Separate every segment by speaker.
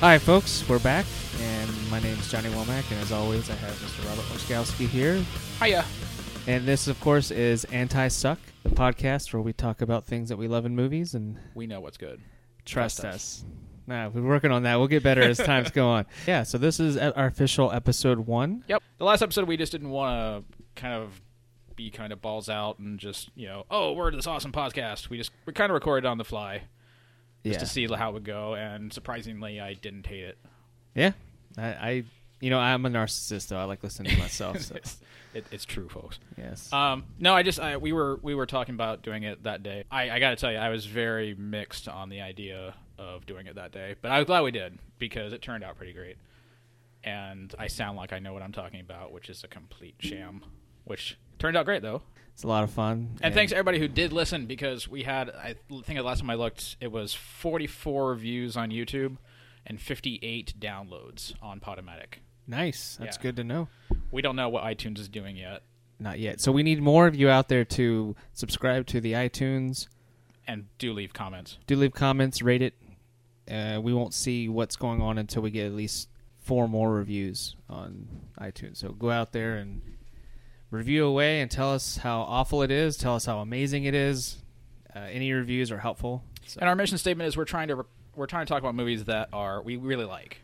Speaker 1: All right, folks, we're back, and my name is Johnny Womack, and as always, I have Mr. Robert Oskowski here,
Speaker 2: Hiya.
Speaker 1: and this, of course, is Anti Suck, the podcast where we talk about things that we love in movies, and
Speaker 2: We know what's good.
Speaker 1: trust
Speaker 2: Trust us.
Speaker 1: us. Nah, we're working on that. We'll get better as times go on. Yeah, so this is our official episode one.
Speaker 2: Yep. The last episode, we just didn't want to kind of be kind of balls out and just you know, oh, we're this awesome podcast. We just we kind of recorded on the fly
Speaker 1: yeah,
Speaker 2: just to see how it would go, and surprisingly, I didn't hate it.
Speaker 1: yeah. I, I, you know, I'm a narcissist, though. I like listening to myself. So
Speaker 2: it's, it, it's true, folks.
Speaker 1: yes,
Speaker 2: Um, no, I just I, we were we were talking about doing it that day. I, I got to tell you, I was very mixed on the idea of doing it that day, but I was glad we did because it turned out pretty great. And I sound like I know what I'm talking about, which is a complete sham. Which turned out great though.
Speaker 1: it's a lot of fun.
Speaker 2: And thanks to everybody who did listen because we had I think the last time I looked, it was 44 views on YouTube and 58 downloads on Podomatic.
Speaker 1: Nice. That's
Speaker 2: Yeah.
Speaker 1: good to know.
Speaker 2: We don't know what iTunes is doing yet,
Speaker 1: Not yet. So we need more of you out there to subscribe to the iTunes.
Speaker 2: and do leave comments.
Speaker 1: Do leave comments, rate it. Uh, we won't see what's going on until we get at least four more reviews on iTunes. So go out there and review away and tell us how awful it is. Tell us how amazing it is. Uh, any reviews are helpful. So,
Speaker 2: And our mission statement is we're trying to we're trying to talk about movies that are we really like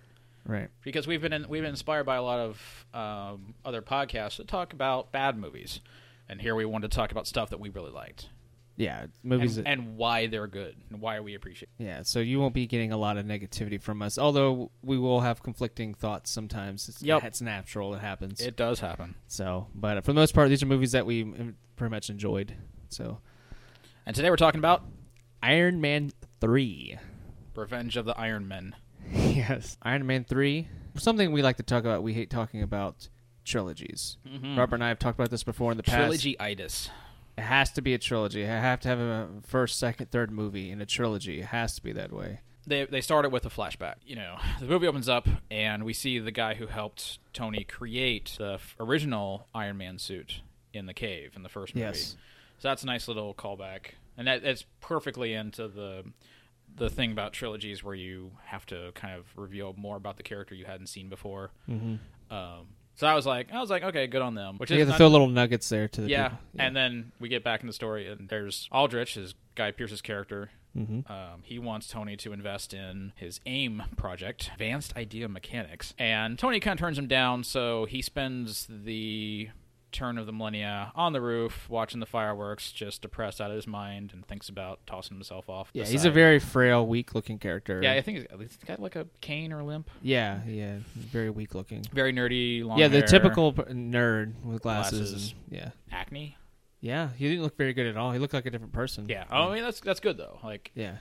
Speaker 1: right.
Speaker 2: because we've been in, we've been inspired by a lot of um, other podcasts that talk about bad movies, and here we want to talk about stuff that we really liked
Speaker 1: Yeah. Movies.
Speaker 2: and,
Speaker 1: that,
Speaker 2: and why they're good and why we appreciate.
Speaker 1: yeah. So you won't be getting a lot of negativity from us, although we will have conflicting thouts sometimes. It's,
Speaker 2: Yep.
Speaker 1: it's natural. It happens.
Speaker 2: It does happen.
Speaker 1: So, but for the most part, these are movies that we mm, pretty much enjoyed. So,
Speaker 2: And today we're talking about
Speaker 1: Iron Man 3.
Speaker 2: Revenge of the Iron Men.
Speaker 1: yes. Iron Man 3. Something we like to talk about. We hate talking about trilogies. Robert and I have talked about this before in the past.
Speaker 2: Mm-hmm. Trilogy itis.
Speaker 1: It has to be a trilogy. I have to have a first, second, third movie in a trilogy. It has to be that way.
Speaker 2: They they started with a flashback. You know, the movie opens up and we see the guy who helped Tony create the f- original Iron Man suit in the cave in the first movie.
Speaker 1: Yes.
Speaker 2: So that's a nice little callback, and that that's perfectly into the the thing about trilogies where you have to kind of reveal more about the character you hadn't seen before. Mm-hmm. Um, so I was like, I was like, okay, good on them. Which
Speaker 1: You
Speaker 2: is
Speaker 1: have to
Speaker 2: not-
Speaker 1: throw little nuggets there to the
Speaker 2: yeah,
Speaker 1: people.
Speaker 2: and then we get back in the story, and there's Aldrich, is Guy Pierce's character.
Speaker 1: Mm-hmm.
Speaker 2: Um, he wants Tony to invest in his AIM project, Advanced Idea Mechanics, and Tony kind of turns him down. So he spends the turn of the millennia on the roof watching the fireworks, just depressed out of his mind, and thinks about tossing himself off.
Speaker 1: yeah,
Speaker 2: the
Speaker 1: he's a
Speaker 2: side.
Speaker 1: very frail, weak-looking character.
Speaker 2: yeah. I think he's- he's got like a cane or limp.
Speaker 1: yeah, yeah, very weak-looking.
Speaker 2: Very nerdy, long.
Speaker 1: Yeah, the
Speaker 2: hair,
Speaker 1: typical p- nerd with glasses.
Speaker 2: Glasses.
Speaker 1: and- yeah,
Speaker 2: acne.
Speaker 1: yeah, he didn't look very good at all. He looked like a different person.
Speaker 2: Yeah, oh, I mean that's that's good though. Like
Speaker 1: yeah.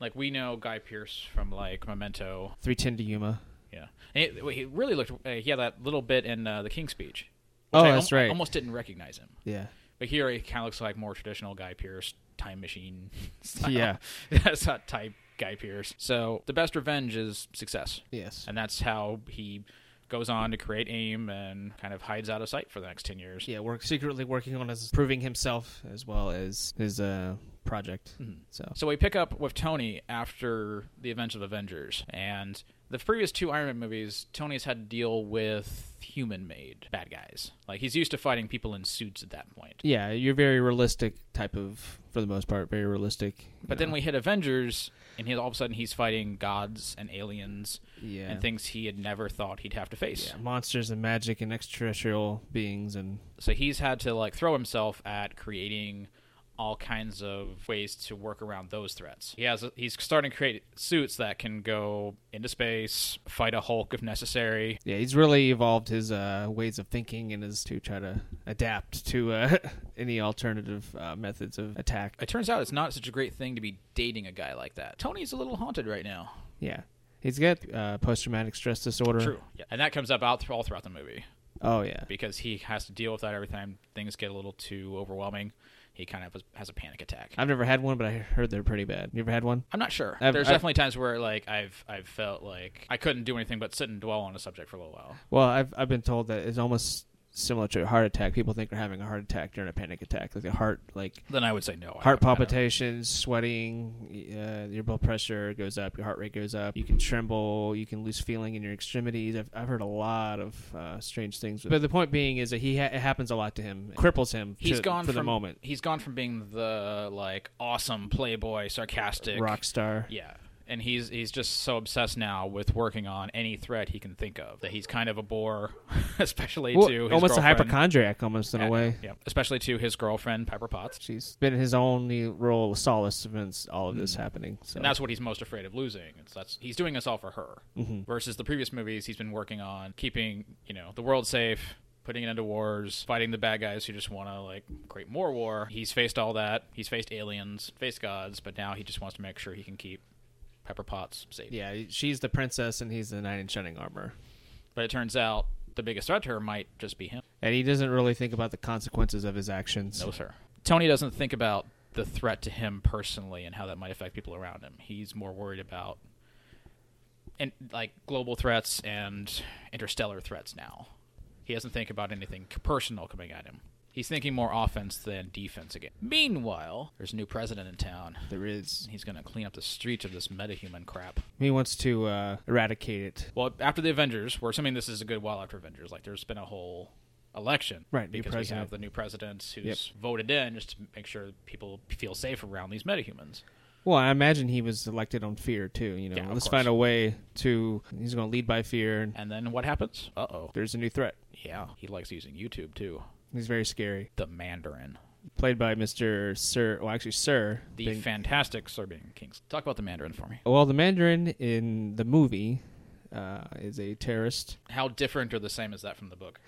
Speaker 2: like we know Guy Pierce from like Memento
Speaker 1: 310 to Yuma.
Speaker 2: Yeah, and he, he really looked. Uh, he had that little bit in uh, the King's Speech.
Speaker 1: Oh,
Speaker 2: which I
Speaker 1: that's
Speaker 2: al-
Speaker 1: right.
Speaker 2: Almost didn't recognize him,
Speaker 1: Yeah.
Speaker 2: but here he kind of looks like more traditional Guy Pierce, time machine. Style.
Speaker 1: Yeah.
Speaker 2: that's not type Guy Pierce. So the best revenge is success,
Speaker 1: Yes.
Speaker 2: and that's how he goes on to create AIM and kind of hides out of sight for the next ten years.
Speaker 1: Yeah, work secretly working on his proving himself as well as his uh project.
Speaker 2: Mm-hmm.
Speaker 1: So
Speaker 2: So we pick up with Tony after the events of Avengers, and the previous two Iron Man movies, Tony's had to deal with human-made bad guys. Like he's used to fighting people in suits at that point.
Speaker 1: yeah, you're very realistic type of for the most part, very realistic.
Speaker 2: But then we hit Avengers, and he all of a sudden he's fighting gods and aliens
Speaker 1: yeah.
Speaker 2: and things he had never thought he'd have to face.
Speaker 1: yeah, monsters and magic and extraterrestrial beings and
Speaker 2: So he's had to like throw himself at creating all kinds of ways to work around those threats. He has he's starting to create suits that can go into space, fight a Hulk if necessary.
Speaker 1: yeah, he's really evolved his uh ways of thinking and his to try to adapt to uh any alternative uh, methods of attack.
Speaker 2: It turns out it's not such a great thing to be dating a guy like that. Tony's a little haunted right now.
Speaker 1: Yeah. He's got uh, post traumatic stress disorder.
Speaker 2: Yeah. And that comes up out th- all throughout the movie.
Speaker 1: Oh yeah.
Speaker 2: because he has to deal with that every time things get a little too overwhelming. He kind of has a panic attack.
Speaker 1: I've never had one, but I heard they're pretty bad. You ever had one?
Speaker 2: I'm not sure.
Speaker 1: I've-
Speaker 2: There's
Speaker 1: I've-
Speaker 2: definitely times where like I've I've felt like I couldn't do anything but sit and dwell on a subject for a little while.
Speaker 1: Well, I've I've been told that it's almost similar to a heart attack. People think they're having a heart attack during a panic attack, like a heart like
Speaker 2: Then I would say no. I
Speaker 1: heart
Speaker 2: haven't had it.
Speaker 1: palpitations, sweating, uh, your blood pressure goes up, your heart rate goes up, you can tremble, you can lose feeling in your extremities. I've, I've heard a lot of uh, strange things, but the point being is that he ha- it happens a lot to him, It cripples him.
Speaker 2: He's
Speaker 1: to-
Speaker 2: gone
Speaker 1: for
Speaker 2: from,
Speaker 1: the moment,
Speaker 2: He's gone from being the like awesome playboy, sarcastic
Speaker 1: rock star.
Speaker 2: Yeah. And he's he's just so obsessed now with working on any threat he can think of that he's kind of a bore, especially
Speaker 1: Well,
Speaker 2: to his
Speaker 1: almost a
Speaker 2: girlfriend.
Speaker 1: hypochondriac, almost in
Speaker 2: Yeah,
Speaker 1: a way.
Speaker 2: yeah. especially to his girlfriend Pepper Potts.
Speaker 1: She's been his only role of solace since all of
Speaker 2: Mm.
Speaker 1: this happening. So
Speaker 2: And that's what he's most afraid of losing. It's that's he's doing this all for her.
Speaker 1: Mm-hmm.
Speaker 2: Versus the previous movies, he's been working on keeping you know the world safe, putting an end to wars, fighting the bad guys who just want to like create more war. He's faced all that. He's faced aliens, faced gods, but now he just wants to make sure he can keep Pepper Potts safe.
Speaker 1: yeah, she's the princess and he's the knight in shining armor.
Speaker 2: But it turns out the biggest threat to her might just be him.
Speaker 1: And he doesn't really think about the consequences of his actions.
Speaker 2: No, sir. Tony doesn't think about the threat to him personally and how that might affect people around him. He's more worried about and like global threats and interstellar threats now. He doesn't think about anything c- personal coming at him. He's thinking more offense than defense again. Meanwhile, there's a new president in town.
Speaker 1: There is.
Speaker 2: He's going to clean up the streets of this metahuman crap.
Speaker 1: He wants to uh, eradicate it.
Speaker 2: Well, after the Avengers, we're assuming this is a good while after Avengers. Like, there's been a whole election,
Speaker 1: Right, new
Speaker 2: Because we
Speaker 1: president.
Speaker 2: have the new president who's voted in just to make sure people feel safe around these metahumans.
Speaker 1: Well, I imagine he was elected on fear too. You know,
Speaker 2: Yeah, of
Speaker 1: let's
Speaker 2: course.
Speaker 1: find a way to. He's going to lead by fear. And
Speaker 2: And then what happens? Uh oh.
Speaker 1: there's a new threat.
Speaker 2: Yeah, he likes using YouTube too.
Speaker 1: He's very scary.
Speaker 2: The Mandarin,
Speaker 1: Played by Mr. Sir. Well, actually, Sir.
Speaker 2: the
Speaker 1: Bing-
Speaker 2: fantastic Sir Bing Kings. Talk about the Mandarin for me.
Speaker 1: well, the Mandarin in the movie uh, is a terrorist.
Speaker 2: How different or the same is that from the book?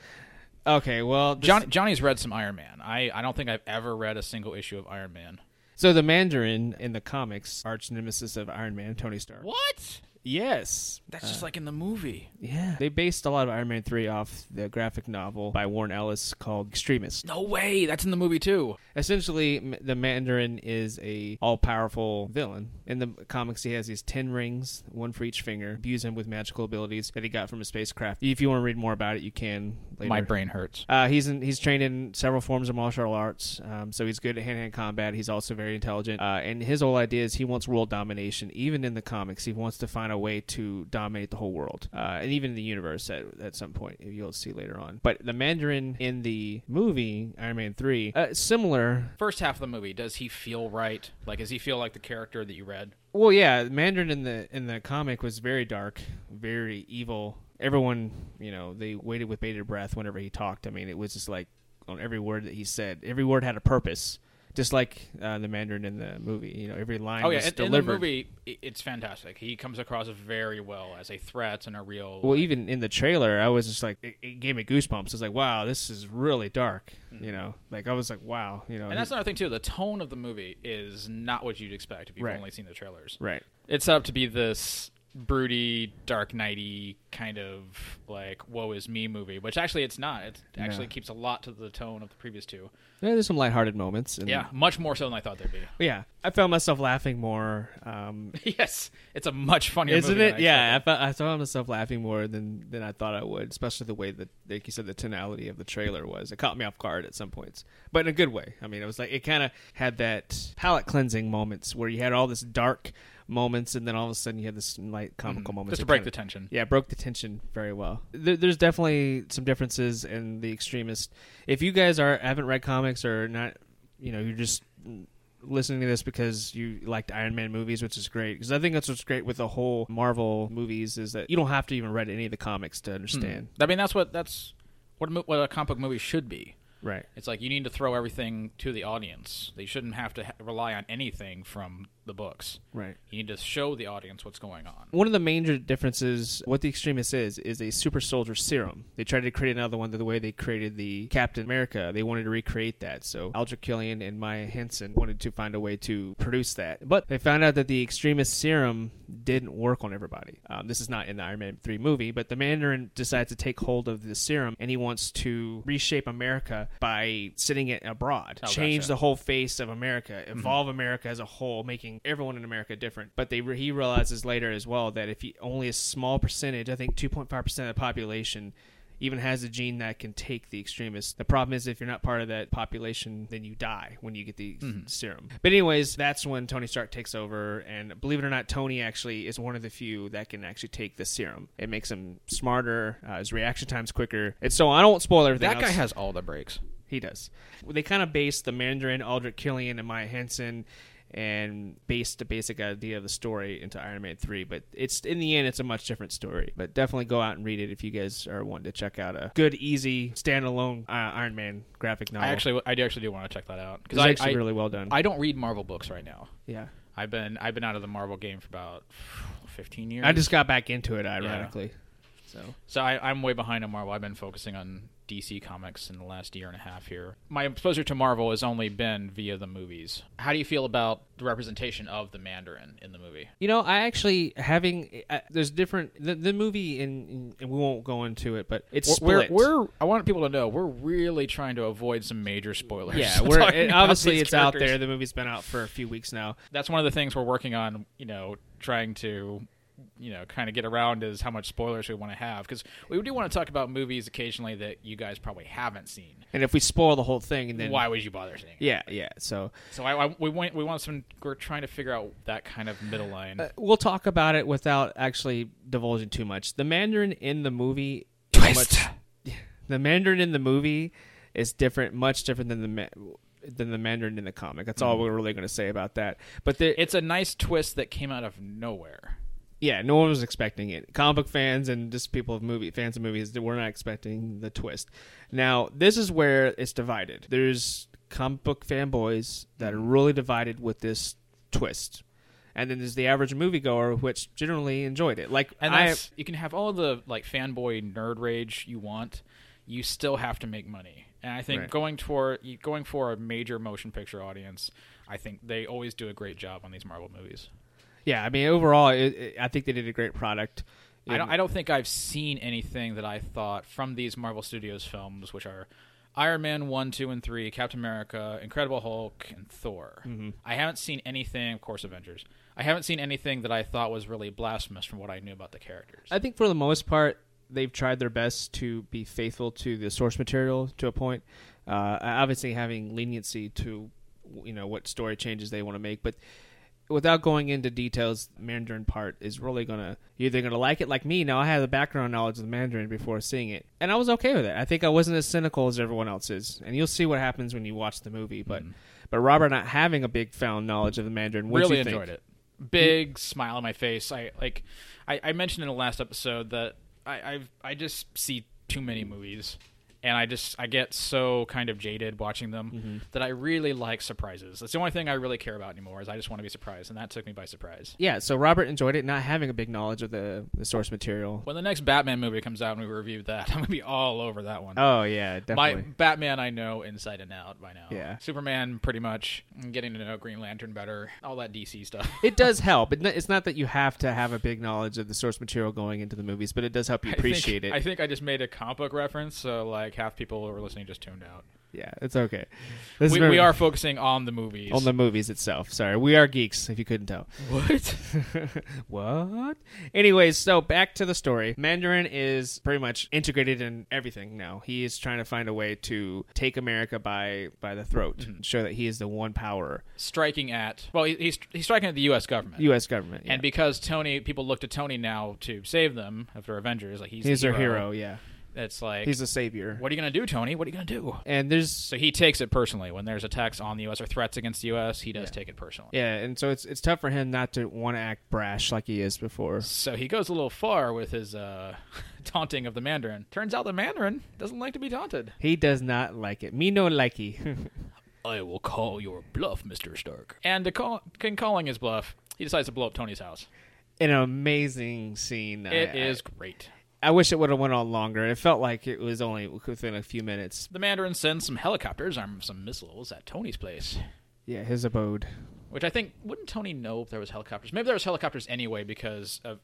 Speaker 1: Okay, well, this-
Speaker 2: Johnny, Johnny's read some Iron Man. I, I don't think I've ever read a single issue of Iron Man.
Speaker 1: So the Mandarin in the comics, arch nemesis of Iron Man, Tony Stark.
Speaker 2: What?
Speaker 1: Yes,
Speaker 2: That's just like in the movie.
Speaker 1: yeah. They based a lot of Iron Man three off the graphic novel by Warren Ellis called Extremist.
Speaker 2: No way. That's in the movie too.
Speaker 1: Essentially, m- the Mandarin is a all-powerful villain. In the comics, he has these ten rings, one for each finger. Imbues him with magical abilities that he got from a spacecraft. If you want to read more about it, you can later.
Speaker 2: My brain hurts.
Speaker 1: Uh, he's in, he's trained in several forms of martial arts, um, so he's good at hand to hand combat. He's also very intelligent, uh, and his whole idea is he wants world domination. Even in the comics, he wants to find a way to dominate the whole world, uh, and even the universe at, at some point. You'll see later on. But the Mandarin in the movie Iron Man three, uh, similar
Speaker 2: first half of the movie, does he feel right? Like, does he feel like the character that you read?
Speaker 1: Well, yeah, Mandarin in the in the comic was very dark, very evil. Everyone, you know, they waited with bated breath whenever he talked. I mean, it was just like on every word that he said, every word had a purpose. Just like uh, the Mandarin in the movie, you know, every line
Speaker 2: Oh yeah,
Speaker 1: was
Speaker 2: in, in the
Speaker 1: delivered.
Speaker 2: movie, i- it's fantastic. He comes across very well as a threat and a real.
Speaker 1: Well, even in the trailer, I was just like, it, it gave me goosebumps. It's like, wow, this is really dark. You know, like I was like, wow, you know,
Speaker 2: Mm-hmm. and that's another thing too. The tone of the movie is not what you'd expect if you've
Speaker 1: Right.
Speaker 2: only seen the trailers.
Speaker 1: right.
Speaker 2: It's set up to be this broody, dark nighty kind of like "woe is me" movie, which actually it's not. It actually
Speaker 1: No. Mm.
Speaker 2: keeps a lot to the tone of the previous two.
Speaker 1: Yeah, there's some lighthearted moments. And,
Speaker 2: Yeah, much more so than I thought there'd be.
Speaker 1: yeah. I found myself laughing more. Um,
Speaker 2: yes, it's a much funnier,
Speaker 1: Isn't
Speaker 2: movie than
Speaker 1: it?
Speaker 2: I
Speaker 1: Yeah, I,
Speaker 2: expected.
Speaker 1: felt, I found myself laughing more than than I thought I would, especially the way that, like you said, the tonality of the trailer was. It caught me off guard at some points, but in a good way. I mean, it was like it kind of had that palate cleansing moments where you had all this dark moments, and then all of a sudden you had this light comical moments.
Speaker 2: Mm-hmm. Just to
Speaker 1: that
Speaker 2: break
Speaker 1: kinda-
Speaker 2: the tension.
Speaker 1: yeah, it broke the tension very well. There, there's definitely some differences in the extremist. If you guys are haven't read comics or not, you know, you're just listening to this because you liked Iron Man movies, which is great. Because I think that's what's great with the whole Marvel movies is that you don't have to even read any of the comics to understand.
Speaker 2: Hmm. I mean, that's what that's what a, mo- what a comic book movie should be.
Speaker 1: Right.
Speaker 2: It's like you need to throw everything to the audience. They shouldn't have to ha- rely on anything from the books.
Speaker 1: Right.
Speaker 2: You need to show the audience what's going on.
Speaker 1: One of the major differences, what the extremist is, is a super soldier serum. They tried to create another one the way they created the Captain America. They wanted to recreate that. So Aldrich Killian and Maya Hansen wanted to find a way to produce that. But they found out that the extremist serum didn't work on everybody. Um, this is not in the Iron Man 3 movie, but the Mandarin decides to take hold of the serum and he wants to reshape America by sending it abroad,
Speaker 2: Oh,
Speaker 1: change
Speaker 2: gotcha.
Speaker 1: the whole face of America,
Speaker 2: Mm-hmm.
Speaker 1: evolve America as a whole, making everyone in America different. But they he realizes later as well that if he, only a small percentage, I think 2.5% of the population even has a gene that can take the extremists. The problem is if you're not part of that population, then you die when you get the
Speaker 2: Mm-hmm.
Speaker 1: serum. But anyways, that's when Tony Stark takes over, and believe it or not, Tony actually is one of the few that can actually take the serum. It makes him smarter, uh, his reaction time's quicker, and so I don't spoil everything.
Speaker 2: That guy
Speaker 1: else.
Speaker 2: has all the breaks.
Speaker 1: He does. Well, They kind of based the Mandarin, Aldrich Killian, and Maya Henson, and based the basic idea of the story into Iron Man three. But it's in the end, it's a much different story. But definitely go out and read it if you guys are wanting to check out a good, easy standalone uh, Iron Man graphic novel.
Speaker 2: I actually, I do actually do want to check that out because
Speaker 1: it's
Speaker 2: I,
Speaker 1: actually
Speaker 2: I,
Speaker 1: really well done.
Speaker 2: I don't read Marvel books right now.
Speaker 1: yeah,
Speaker 2: I've been, I've been out of the Marvel game for about fifteen years.
Speaker 1: I just got back into it ironically. So
Speaker 2: So I, I'm way behind on Marvel. I've been focusing on DC Comics in the last year and a half here. My exposure to Marvel has only been via the movies. How do you feel about the representation of the Mandarin in the movie?
Speaker 1: You know, I actually having uh, there's different the, the movie and and we won't go into it, but it's
Speaker 2: We're,
Speaker 1: split.
Speaker 2: we're, I want people to know we're really trying to avoid some major spoilers.
Speaker 1: yeah, we're
Speaker 2: Talking
Speaker 1: it,
Speaker 2: about
Speaker 1: obviously
Speaker 2: these
Speaker 1: it's out
Speaker 2: characters.
Speaker 1: there. The movie's been out for a few weeks now.
Speaker 2: That's one of the things we're working on. You know, trying to. You know, kind of get around is how much spoilers we want to have because we do want to talk about movies occasionally that you guys probably haven't seen.
Speaker 1: And if we spoil the whole thing, then
Speaker 2: Why would you bother seeing? it?
Speaker 1: Yeah, yeah. So
Speaker 2: So I, I- we want we want some. We're trying to figure out that kind of middle line.
Speaker 1: uh, we'll talk about it without actually divulging too much. The Mandarin in the movie, is
Speaker 2: Twist.
Speaker 1: much- the Mandarin in the movie is different, much different than the ma- than the Mandarin in the comic. That's
Speaker 2: Mm.
Speaker 1: all we're really going to say about that. But there,
Speaker 2: it's a nice twist that came out of nowhere.
Speaker 1: yeah, no one was expecting it. Comic book fans and just people of movie fans of movies they were not expecting the twist. Now, this is where it's divided. There's comic book fanboys that are really divided with this twist. And then there's the average moviegoer which generally enjoyed it. Like
Speaker 2: And
Speaker 1: I
Speaker 2: that's, you can have all the like fanboy nerd rage you want. You still have to make money. And I think
Speaker 1: Right.
Speaker 2: going for going for a major motion picture audience, I think they always do a great job on these Marvel movies.
Speaker 1: yeah, I mean overall it, it- I think they did a great product.
Speaker 2: I don't, I don't think I've seen anything that I thought from these Marvel Studios films, which are Iron Man 1, 2, and 3, Captain America, Incredible Hulk, and Thor. I haven't seen anything, of course, Avengers. I haven't seen anything that I thought was really blasphemous from what I knew about the characters.
Speaker 1: I think for the most part, they've tried their best to be faithful to the source material to a point. Uh, obviously, having leniency to you know what story changes they want to make, but without going into details, Mandarin part is really gonna you're either gonna like it like me. Now I had the background knowledge of Mandarin before seeing it, and I was okay with it. I think I wasn't as cynical as everyone else is, and you'll see what happens when you watch the movie. But
Speaker 2: Mm-hmm.
Speaker 1: but Robert not having a big found knowledge of the Mandarin, what'd
Speaker 2: really
Speaker 1: you think?
Speaker 2: enjoyed it. Big smile on my face. I like. I, I mentioned in the last episode that I I've, I just see too many movies, and I just I get so kind of jaded watching them
Speaker 1: Mm-hmm.
Speaker 2: that I really like surprises. That's the only thing I really care about anymore is I just want to be surprised, and that took me by surprise.
Speaker 1: Yeah, so Robert enjoyed it, not having a big knowledge of the, the source material.
Speaker 2: When the next Batman movie comes out and we review that, I'm gonna be all over that one.
Speaker 1: Oh yeah,
Speaker 2: my
Speaker 1: definitely.
Speaker 2: Batman, I know inside and out by now.
Speaker 1: Yeah.
Speaker 2: Superman, pretty much. I'm getting to know Green Lantern better. All that DC stuff.
Speaker 1: it does help. It, it's not that you have to have a big knowledge of the source material going into the movies, but it does help you
Speaker 2: I think-
Speaker 1: appreciate
Speaker 2: I
Speaker 1: it.
Speaker 2: think I just made a comic book reference, so like half people who were listening just tuned out.
Speaker 1: yeah, it's okay. This is
Speaker 2: We,
Speaker 1: very-
Speaker 2: we are focusing on the movies.
Speaker 1: on the movies itself. Sorry, we are geeks. If you couldn't tell.
Speaker 2: what?
Speaker 1: what? Anyways, so back to the story. Mandarin is pretty much integrated in everything now. He is trying to find a way to take America by by the throat,
Speaker 2: Mm-hmm.
Speaker 1: show that he is the one power
Speaker 2: striking at well, he, he's he's striking at the U.S. government,
Speaker 1: U.S. government. yeah.
Speaker 2: and because Tony, people look to Tony now to save them after Avengers. Like he's,
Speaker 1: he's
Speaker 2: the
Speaker 1: their hero. Yeah,
Speaker 2: It's like
Speaker 1: he's the savior.
Speaker 2: what are you gonna do, Tony? What are you gonna do?
Speaker 1: And there's
Speaker 2: So he takes it personally when there's attacks on the U.S. or threats against the U.S. He does take it personally.
Speaker 1: Yeah, and so it's it's tough for him not to want to act brash like he is before.
Speaker 2: So he goes a little far with his uh, taunting of the Mandarin. Turns out the Mandarin doesn't like to be taunted.
Speaker 1: He does not like it. Me no likey.
Speaker 2: I will call your bluff, Mr. Stark. And to call, in calling his bluff, he decides to blow up Tony's house.
Speaker 1: An amazing scene.
Speaker 2: It is
Speaker 1: I,
Speaker 2: great.
Speaker 1: I, I wish it would have went on longer. It felt like it was only within a few minutes.
Speaker 2: The Mandarin sends some helicopters armed with some missiles at Tony's place,
Speaker 1: Yeah, his abode.
Speaker 2: which I think wouldn't Tony know if there was helicopters? Maybe there was helicopters anyway because of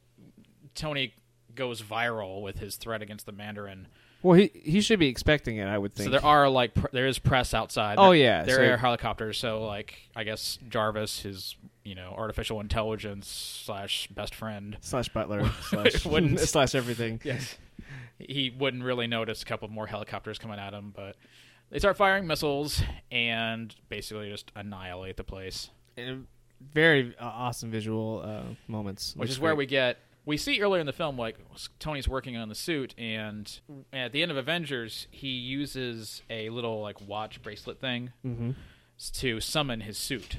Speaker 2: Tony goes viral with his threat against the Mandarin.
Speaker 1: Well, he he should be expecting it. I would think.
Speaker 2: So there are like pr- there is press outside.
Speaker 1: Oh,
Speaker 2: There-
Speaker 1: yeah,
Speaker 2: there
Speaker 1: so-
Speaker 2: are helicopters. So like I guess Jarvis, his you know artificial intelligence slash best friend,
Speaker 1: slash butler slash
Speaker 2: Wouldn't-
Speaker 1: slash everything.
Speaker 2: Yes. he wouldn't really notice a couple more helicopters coming at him, but they start firing missiles and basically just annihilate the place.
Speaker 1: And very uh, awesome visual uh, moments.
Speaker 2: which
Speaker 1: Looks
Speaker 2: is where we
Speaker 1: great.
Speaker 2: get we see earlier in the film like Tony's working on the suit, and at the end of Avengers, he uses a little like watch bracelet thing s- to summon his suit.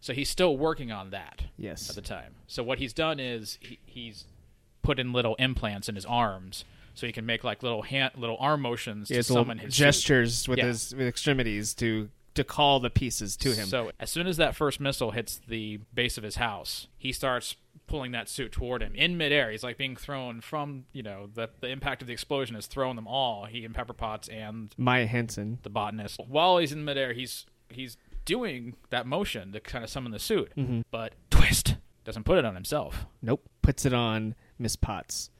Speaker 2: So he's still working on that
Speaker 1: Yes.
Speaker 2: at the time. So what he's done is he, he's put in little implants in his arms, so he can make like little hand, little arm motions
Speaker 1: Yeah,
Speaker 2: to
Speaker 1: it's little
Speaker 2: summon his suit.
Speaker 1: gestures with
Speaker 2: Yeah.
Speaker 1: his with extremities to to call the pieces to him.
Speaker 2: So as soon as that first missile hits the base of his house, he starts pulling that suit toward him in midair. He's like being thrown from you know the the impact of the explosion is throwing them all. He and Pepper Potts and
Speaker 1: Maya Henson.
Speaker 2: the botanist. While he's in midair, he's he's doing that motion to kind of summon the suit,
Speaker 1: Mm-hmm.
Speaker 2: but twist doesn't put it on himself.
Speaker 1: Nope. Puts it on Miss Potts.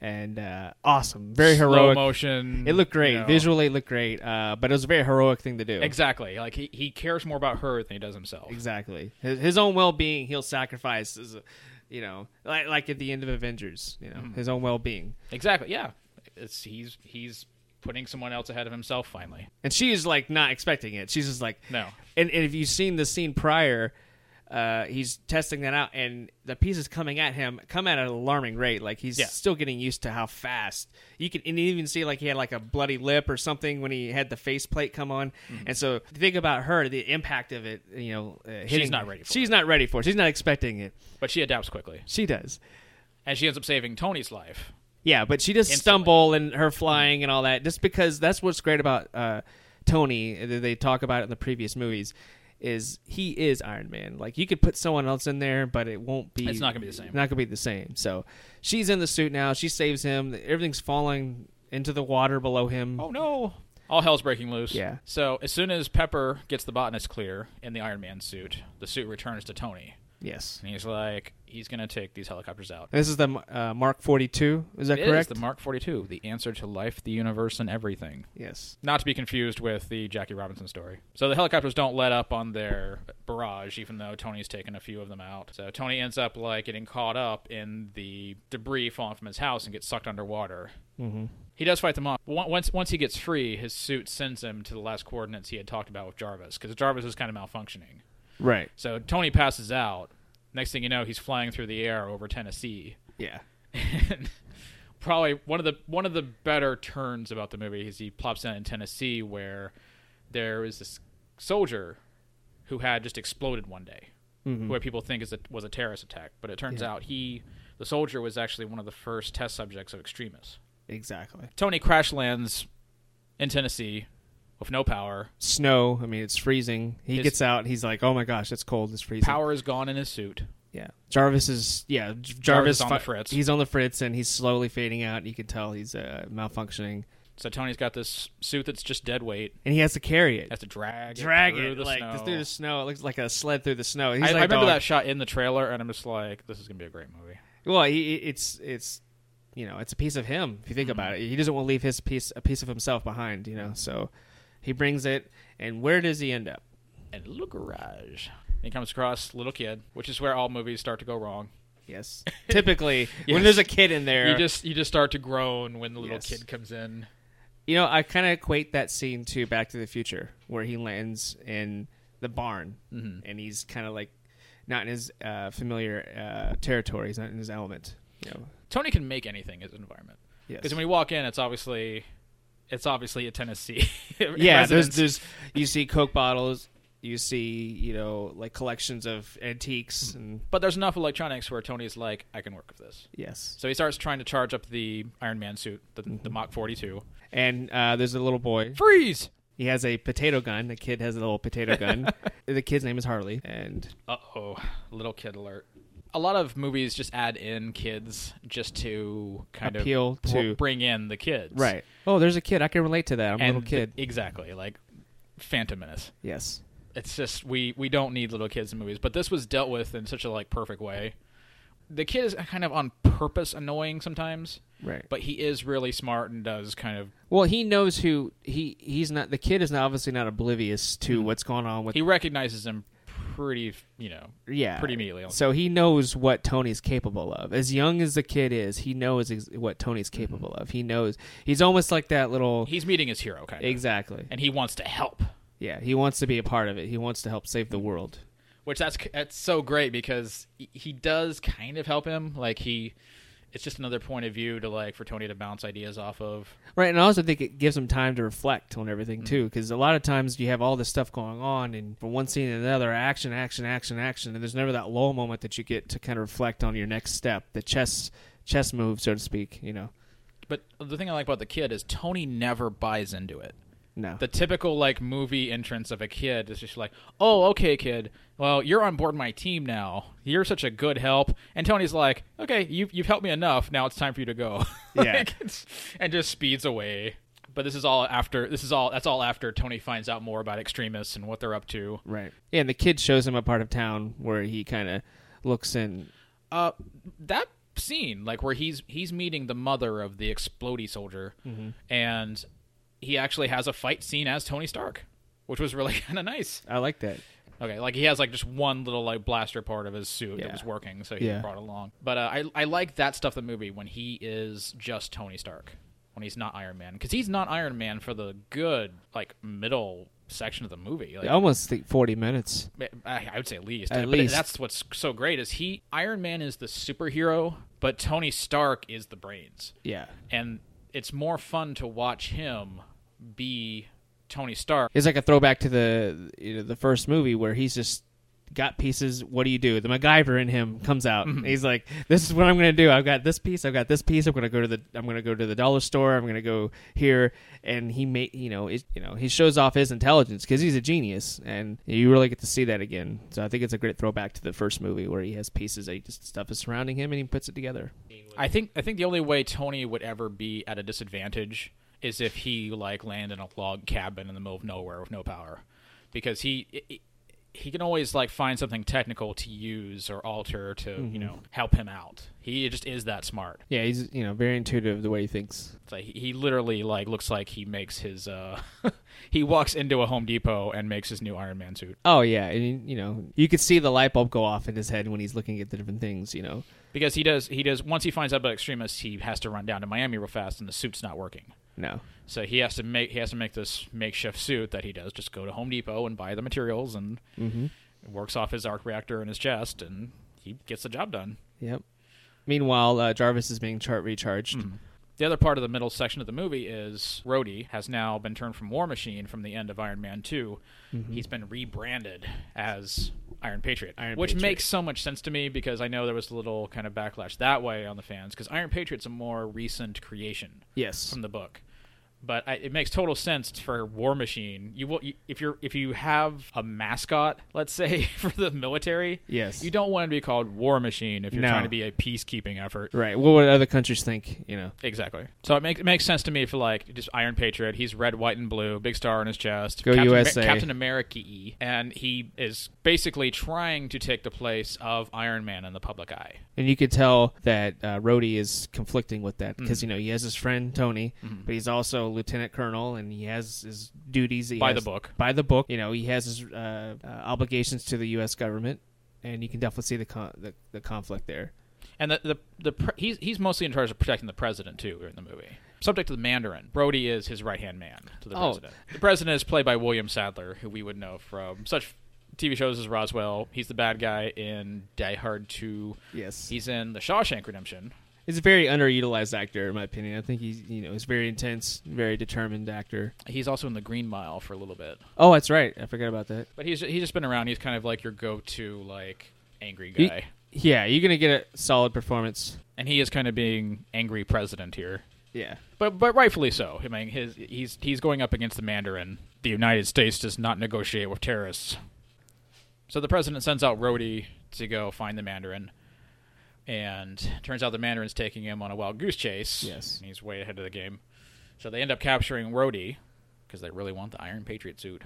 Speaker 1: And uh, awesome. Very
Speaker 2: Slow
Speaker 1: heroic.
Speaker 2: motion.
Speaker 1: It looked great.
Speaker 2: you know.
Speaker 1: Visually, it looked great. Uh, but it was a very heroic thing to do.
Speaker 2: Exactly. Like he, he cares more about her than he does himself.
Speaker 1: Exactly. His, his own well being, he'll sacrifice, as a, you know, like, like at the end of Avengers, you know,
Speaker 2: Mm-hmm.
Speaker 1: his own well being.
Speaker 2: Exactly. Yeah. It's he's he's putting someone else ahead of himself finally.
Speaker 1: And she's like not expecting it. She's just like,
Speaker 2: No.
Speaker 1: And, and if you've seen the scene prior, uh, he's testing that out, and the pieces coming at him come at an alarming rate. Like he's
Speaker 2: Yeah.
Speaker 1: still getting used to how fast you can, and you even see like he had like a bloody lip or something when he had the face plate come on.
Speaker 2: Mm-hmm.
Speaker 1: And so think about her, the impact of it. You know, uh, hitting,
Speaker 2: not ready for
Speaker 1: She's not ready for it. She's not expecting it.
Speaker 2: But she adapts quickly.
Speaker 1: She does.
Speaker 2: And she ends up saving Tony's life.
Speaker 1: Yeah, but she does
Speaker 2: Instantly.
Speaker 1: stumble and her flying and all that, just because that's what's great about uh, Tony. uh, that They talk about it in the previous movies. Is he is Iron Man? Like you could put someone else in there, but it won't be.
Speaker 2: It's not gonna be the same.
Speaker 1: Not gonna be the same. So she's in the suit now. She saves him. Everything's falling into the water below him.
Speaker 2: Oh no. All hell's breaking loose.
Speaker 1: Yeah.
Speaker 2: So as soon as Pepper gets the botanist clear in the Iron Man suit, the suit returns to Tony.
Speaker 1: Yes.
Speaker 2: And he's like, he's gonna take these helicopters out.
Speaker 1: This is the uh, Mark Forty Two. Is that
Speaker 2: It is
Speaker 1: correct?
Speaker 2: the Mark forty two, the answer to life, the universe, and everything.
Speaker 1: yes.
Speaker 2: Not to be confused with the Jackie Robinson story. So the helicopters don't let up on their barrage, even though Tony's taken a few of them out. So Tony ends up like getting caught up in the debris falling from his house and gets sucked underwater. Mm-hmm. He does fight them off. But on- Once once he gets free, his suit sends him to the last coordinates he had talked about with Jarvis, because Jarvis is kind of malfunctioning.
Speaker 1: Right.
Speaker 2: So Tony passes out. Next thing you know, he's flying through the air over Tennessee.
Speaker 1: Yeah.
Speaker 2: And probably one of the one of the better turns about the movie is he plops down in Tennessee where there is this soldier who had just exploded one day, who people think is a, was a terrorist attack, but it turns
Speaker 1: Mm-hmm. Yeah.
Speaker 2: out he the soldier was actually one of the first test subjects of extremists.
Speaker 1: Exactly.
Speaker 2: Tony crash lands in Tennessee with no power.
Speaker 1: Snow. I mean, it's freezing. He
Speaker 2: His-
Speaker 1: gets out. He's like, "Oh my gosh, it's cold. It's freezing."
Speaker 2: Power is gone in his suit.
Speaker 1: Yeah, Jarvis is yeah. J- Jarvis,
Speaker 2: is on
Speaker 1: fi-
Speaker 2: the fritz.
Speaker 1: He's on the fritz, and he's slowly fading out. You can tell he's uh, malfunctioning,
Speaker 2: So Tony's got this suit that's just dead weight.
Speaker 1: and he has to carry it,
Speaker 2: Has to drag,
Speaker 1: drag
Speaker 2: it through
Speaker 1: it
Speaker 2: the
Speaker 1: like
Speaker 2: snow.
Speaker 1: through the snow. It looks like a sled through the snow. He's
Speaker 2: I,
Speaker 1: like,
Speaker 2: I
Speaker 1: dog.
Speaker 2: remember that shot in the trailer, and I'm just like, this is gonna be a great movie.
Speaker 1: Well, he, he- it's it's you know it's a piece of him. If you think about it,
Speaker 2: Mm-hmm.
Speaker 1: he doesn't want to leave his piece a piece of himself behind. You know, so he brings it, and where does he end up?
Speaker 2: And little garage, and he comes across little kid, which is where all movies start to go wrong.
Speaker 1: Yes, typically
Speaker 2: Yes.
Speaker 1: when there's a kid in there,
Speaker 2: You just you just start to groan when the little
Speaker 1: Yes.
Speaker 2: kid comes in.
Speaker 1: You know, I kind of equate that scene to Back to the Future, where he lands in the barn
Speaker 2: Mm-hmm.
Speaker 1: and he's kind of like not in his uh, familiar uh, territory. He's not in his element. You know,
Speaker 2: Tony can make anything as an environment
Speaker 1: yes.
Speaker 2: because when we walk in, it's obviously it's obviously a Tennessee.
Speaker 1: yeah, there's,
Speaker 2: residence.
Speaker 1: there's you see Coke bottles, you see you know like collections of antiques and
Speaker 2: but there's enough electronics where Tony's like, I can work with this.
Speaker 1: yes,
Speaker 2: So he starts trying to charge up the Iron Man suit, the, the
Speaker 1: Mm-hmm.
Speaker 2: Mach 42.
Speaker 1: and uh, there's a little boy.
Speaker 2: Freeze!
Speaker 1: He has a potato gun. The kid has a little potato gun. the kid's name is Harley, and
Speaker 2: Uh oh, little kid alert. A lot of movies just add in kids just to kind
Speaker 1: Appeal
Speaker 2: of br-
Speaker 1: to-
Speaker 2: bring in the kids,
Speaker 1: right. Oh, there's a kid. I can relate to that. I'm a
Speaker 2: And
Speaker 1: little kid.
Speaker 2: th- exactly, like Phantom Menace.
Speaker 1: yes.
Speaker 2: It's just we we don't need little kids in movies, but this was dealt with in such a like perfect way. The kid is kind of on purpose annoying sometimes,
Speaker 1: Right.
Speaker 2: but he is really smart and does kind of
Speaker 1: Well, he knows
Speaker 2: Mm-hmm.
Speaker 1: who he he's not. The kid is not, obviously not oblivious to what's going on with.
Speaker 2: he recognizes him pretty, you know,
Speaker 1: yeah,
Speaker 2: pretty immediately.
Speaker 1: So he knows what Tony's capable of. As young as the kid is, he knows ex- what Tony's
Speaker 2: Mm-hmm.
Speaker 1: capable of. He knows he's almost like that little
Speaker 2: He's meeting his hero, kind of,
Speaker 1: exactly.
Speaker 2: and he wants to help.
Speaker 1: Yeah, he wants to be a part of it. He wants to help save the world.
Speaker 2: which that's that's so great because he- he does kind of help him like he it's just another point of view to like for tony to bounce ideas off of
Speaker 1: Right, and I also think it gives him time to reflect on everything
Speaker 2: Mm.
Speaker 1: too, because a lot of times you have all this stuff going on, and from one scene to another, action, action, action, action, and there's never that lull moment that you get to kind of reflect on your next step, the chess chess move, so to speak. You know,
Speaker 2: but the thing i like about the kid is tony never buys into it
Speaker 1: no,
Speaker 2: the typical like movie entrance of a kid is just like oh okay kid well you're on board my team now you're such a good help and tony's like okay you've, you've helped me enough now it's time for you to go
Speaker 1: Yeah.
Speaker 2: Like, it's- and just speeds away but this is all after this is all that's all after tony finds out more about extremists and what they're up to
Speaker 1: right. Yeah, and the kid shows him a part of town where he kind of looks in.
Speaker 2: Uh, that scene, like where he's he's meeting the mother of the explody soldier,
Speaker 1: Mm-hmm.
Speaker 2: and he actually has a fight scene as Tony Stark, which was really kind of nice.
Speaker 1: I like that.
Speaker 2: Okay, like he has like just one little like blaster part of his suit
Speaker 1: Yeah.
Speaker 2: that was working, so he
Speaker 1: Yeah.
Speaker 2: brought along. But uh, I I like that stuff. in The movie when he is just Tony Stark, when he's not Iron Man, because he's not Iron Man for the good like middle section of the movie. Like,
Speaker 1: Almost think forty minutes.
Speaker 2: I I would say at least.
Speaker 1: At
Speaker 2: but
Speaker 1: least.
Speaker 2: that's what's so great is he Iron Man is the superhero, but Tony Stark is the brains.
Speaker 1: Yeah,
Speaker 2: And it's more fun to watch him be Tony Stark.
Speaker 1: it's like a throwback to the you know, the first movie where he's just got pieces. What do you do? The MacGyver in him comes out. He's like, "This is what I'm going to do. I've got this piece. I've got this piece. I'm going to go to the. I'm going to go to the dollar store. I'm going to go here." And he may, you know, it, you know, he shows off his intelligence because he's a genius, and you really get to see that again. So I think it's a great throwback to the first movie where he has pieces. That he just stuff is surrounding him, and he puts it together.
Speaker 2: I think I think the only way Tony would ever be at a disadvantage is if he like landed in a log cabin in the middle of nowhere with no power, because he. i i- he can always like find something technical to use or alter to
Speaker 1: Mm-hmm.
Speaker 2: you know help him out. He just is that smart.
Speaker 1: Yeah, he's you know very intuitive the way he thinks.
Speaker 2: It's like he- he literally like looks like he makes his uh he walks into a Home Depot and makes his new Iron Man suit
Speaker 1: Oh yeah, and you know you could see the light bulb go off in his head when he's looking at the different things. You know,
Speaker 2: because he does he does once he finds out about extremists he has to run down to Miami real fast and the suit's not working.
Speaker 1: no.
Speaker 2: So he has to make he has to make this makeshift suit that he does just go to Home Depot and buy the materials and works off his arc reactor in his chest and he gets the job done.
Speaker 1: Yep. Meanwhile, uh, Jarvis is being chart recharged.
Speaker 2: Mm. The other part of the middle section of the movie is Rhodey has now been turned from War Machine from the end of Iron Man 2.
Speaker 1: Mm-hmm.
Speaker 2: He's been rebranded as Iron Patriot,
Speaker 1: Iron
Speaker 2: which
Speaker 1: Patriot.
Speaker 2: makes so much sense to me because I know there was a little kind of backlash that way on the fans because Iron Patriot's a more recent creation
Speaker 1: Yes.
Speaker 2: from the book. But I, it makes total sense for War Machine. You will you, if you're if you have a mascot, let's say for the military,
Speaker 1: Yes.
Speaker 2: you don't want to be called War Machine if you're
Speaker 1: No.
Speaker 2: trying to be a peacekeeping effort.
Speaker 1: Right. What would other countries think? You know.
Speaker 2: Exactly. So it, make, it makes sense to me for like just Iron Patriot. He's red, white, and blue, big star on his chest.
Speaker 1: Go
Speaker 2: Captain, Amer-
Speaker 1: USA.
Speaker 2: Captain America E. And he is basically trying to take the place of Iron Man in the public eye.
Speaker 1: And you could tell that uh, Rhodey is conflicting with that
Speaker 2: Mm.
Speaker 1: because you know he has his friend Tony,
Speaker 2: Mm-hmm.
Speaker 1: but he's also a lieutenant colonel, and he has his duties he
Speaker 2: By the
Speaker 1: has-
Speaker 2: book.
Speaker 1: By the book, you know, he has his uh, uh, obligations to the U.S. government, and you can definitely see the con- the, the conflict there.
Speaker 2: And the the, the pre- he's he's mostly in charge of protecting the president too in the movie. Subject to the Mandarin, Brody is his right hand man to the
Speaker 1: Oh.
Speaker 2: president. The president is played by William Sadler, who we would know from such TV shows as Roswell. He's the bad guy in Die Hard Two.
Speaker 1: Yes.
Speaker 2: He's in The Shawshank Redemption.
Speaker 1: He's a very underutilized actor, in my opinion. I think he's you know he's very intense, very determined actor.
Speaker 2: He's also in The Green Mile for a little bit.
Speaker 1: Oh, that's right. I forgot about that.
Speaker 2: But he's he's just been around. He's kind of like your go-to like angry
Speaker 1: You-
Speaker 2: guy,
Speaker 1: yeah, you're gonna get a solid performance.
Speaker 2: and he is kind of being angry president here,
Speaker 1: Yeah,
Speaker 2: but but rightfully so. I mean, his he's he's going up against the Mandarin. The United States does not negotiate with terrorists. So the president sends out Rhodey to go find the Mandarin, and turns out the Mandarin's taking him on a wild goose chase.
Speaker 1: Yes.
Speaker 2: and he's way ahead of the game. So they end up capturing Rhodey because they really want the Iron Patriot suit.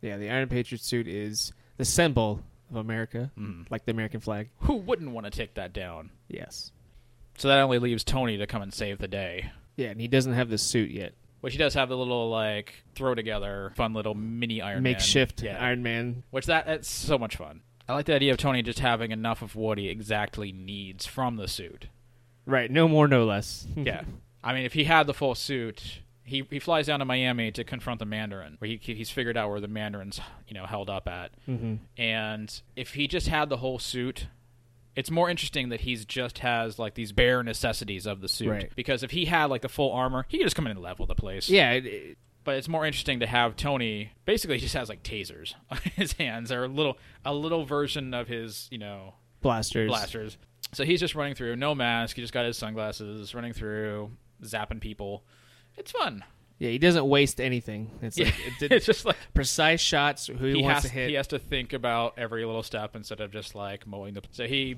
Speaker 1: yeah. The Iron Patriot suit is the symbol of America,
Speaker 2: Mm.
Speaker 1: like the American flag.
Speaker 2: Who wouldn't want to take that down?
Speaker 1: Yes.
Speaker 2: So that only leaves Tony to come and save the day.
Speaker 1: Yeah, and he doesn't have the suit yet.
Speaker 2: Which he does have the little like throw together fun little mini Iron Man.
Speaker 1: makeshift
Speaker 2: Yeah.
Speaker 1: Iron Man.
Speaker 2: Which that that's so much fun. I like the idea of Tony just having enough of what he exactly needs from the suit.
Speaker 1: Right, no more, no less.
Speaker 2: Yeah. I mean, if he had the full suit, he, he flies down to Miami to confront the Mandarin, where he he's figured out where the Mandarin's you know held up at.
Speaker 1: hmm
Speaker 2: And if he just had the whole suit, it's more interesting that he's just has like these bare necessities of the suit.
Speaker 1: Right.
Speaker 2: Because if he had like the full armor, he could just come in and level the place.
Speaker 1: Yeah, it, it-
Speaker 2: But it's more interesting to have Tony basically just has like tasers on his hands or a little a little version of his, you know,
Speaker 1: blasters.
Speaker 2: blasters. So he's just running through, no mask. He just got his sunglasses, running through, zapping people. It's fun.
Speaker 1: Yeah, he doesn't waste anything. It's like it did,
Speaker 2: it's just like
Speaker 1: precise shots. Who he,
Speaker 2: he,
Speaker 1: wants
Speaker 2: has
Speaker 1: to hit.
Speaker 2: he has to think about every little step instead of just like mowing the. So he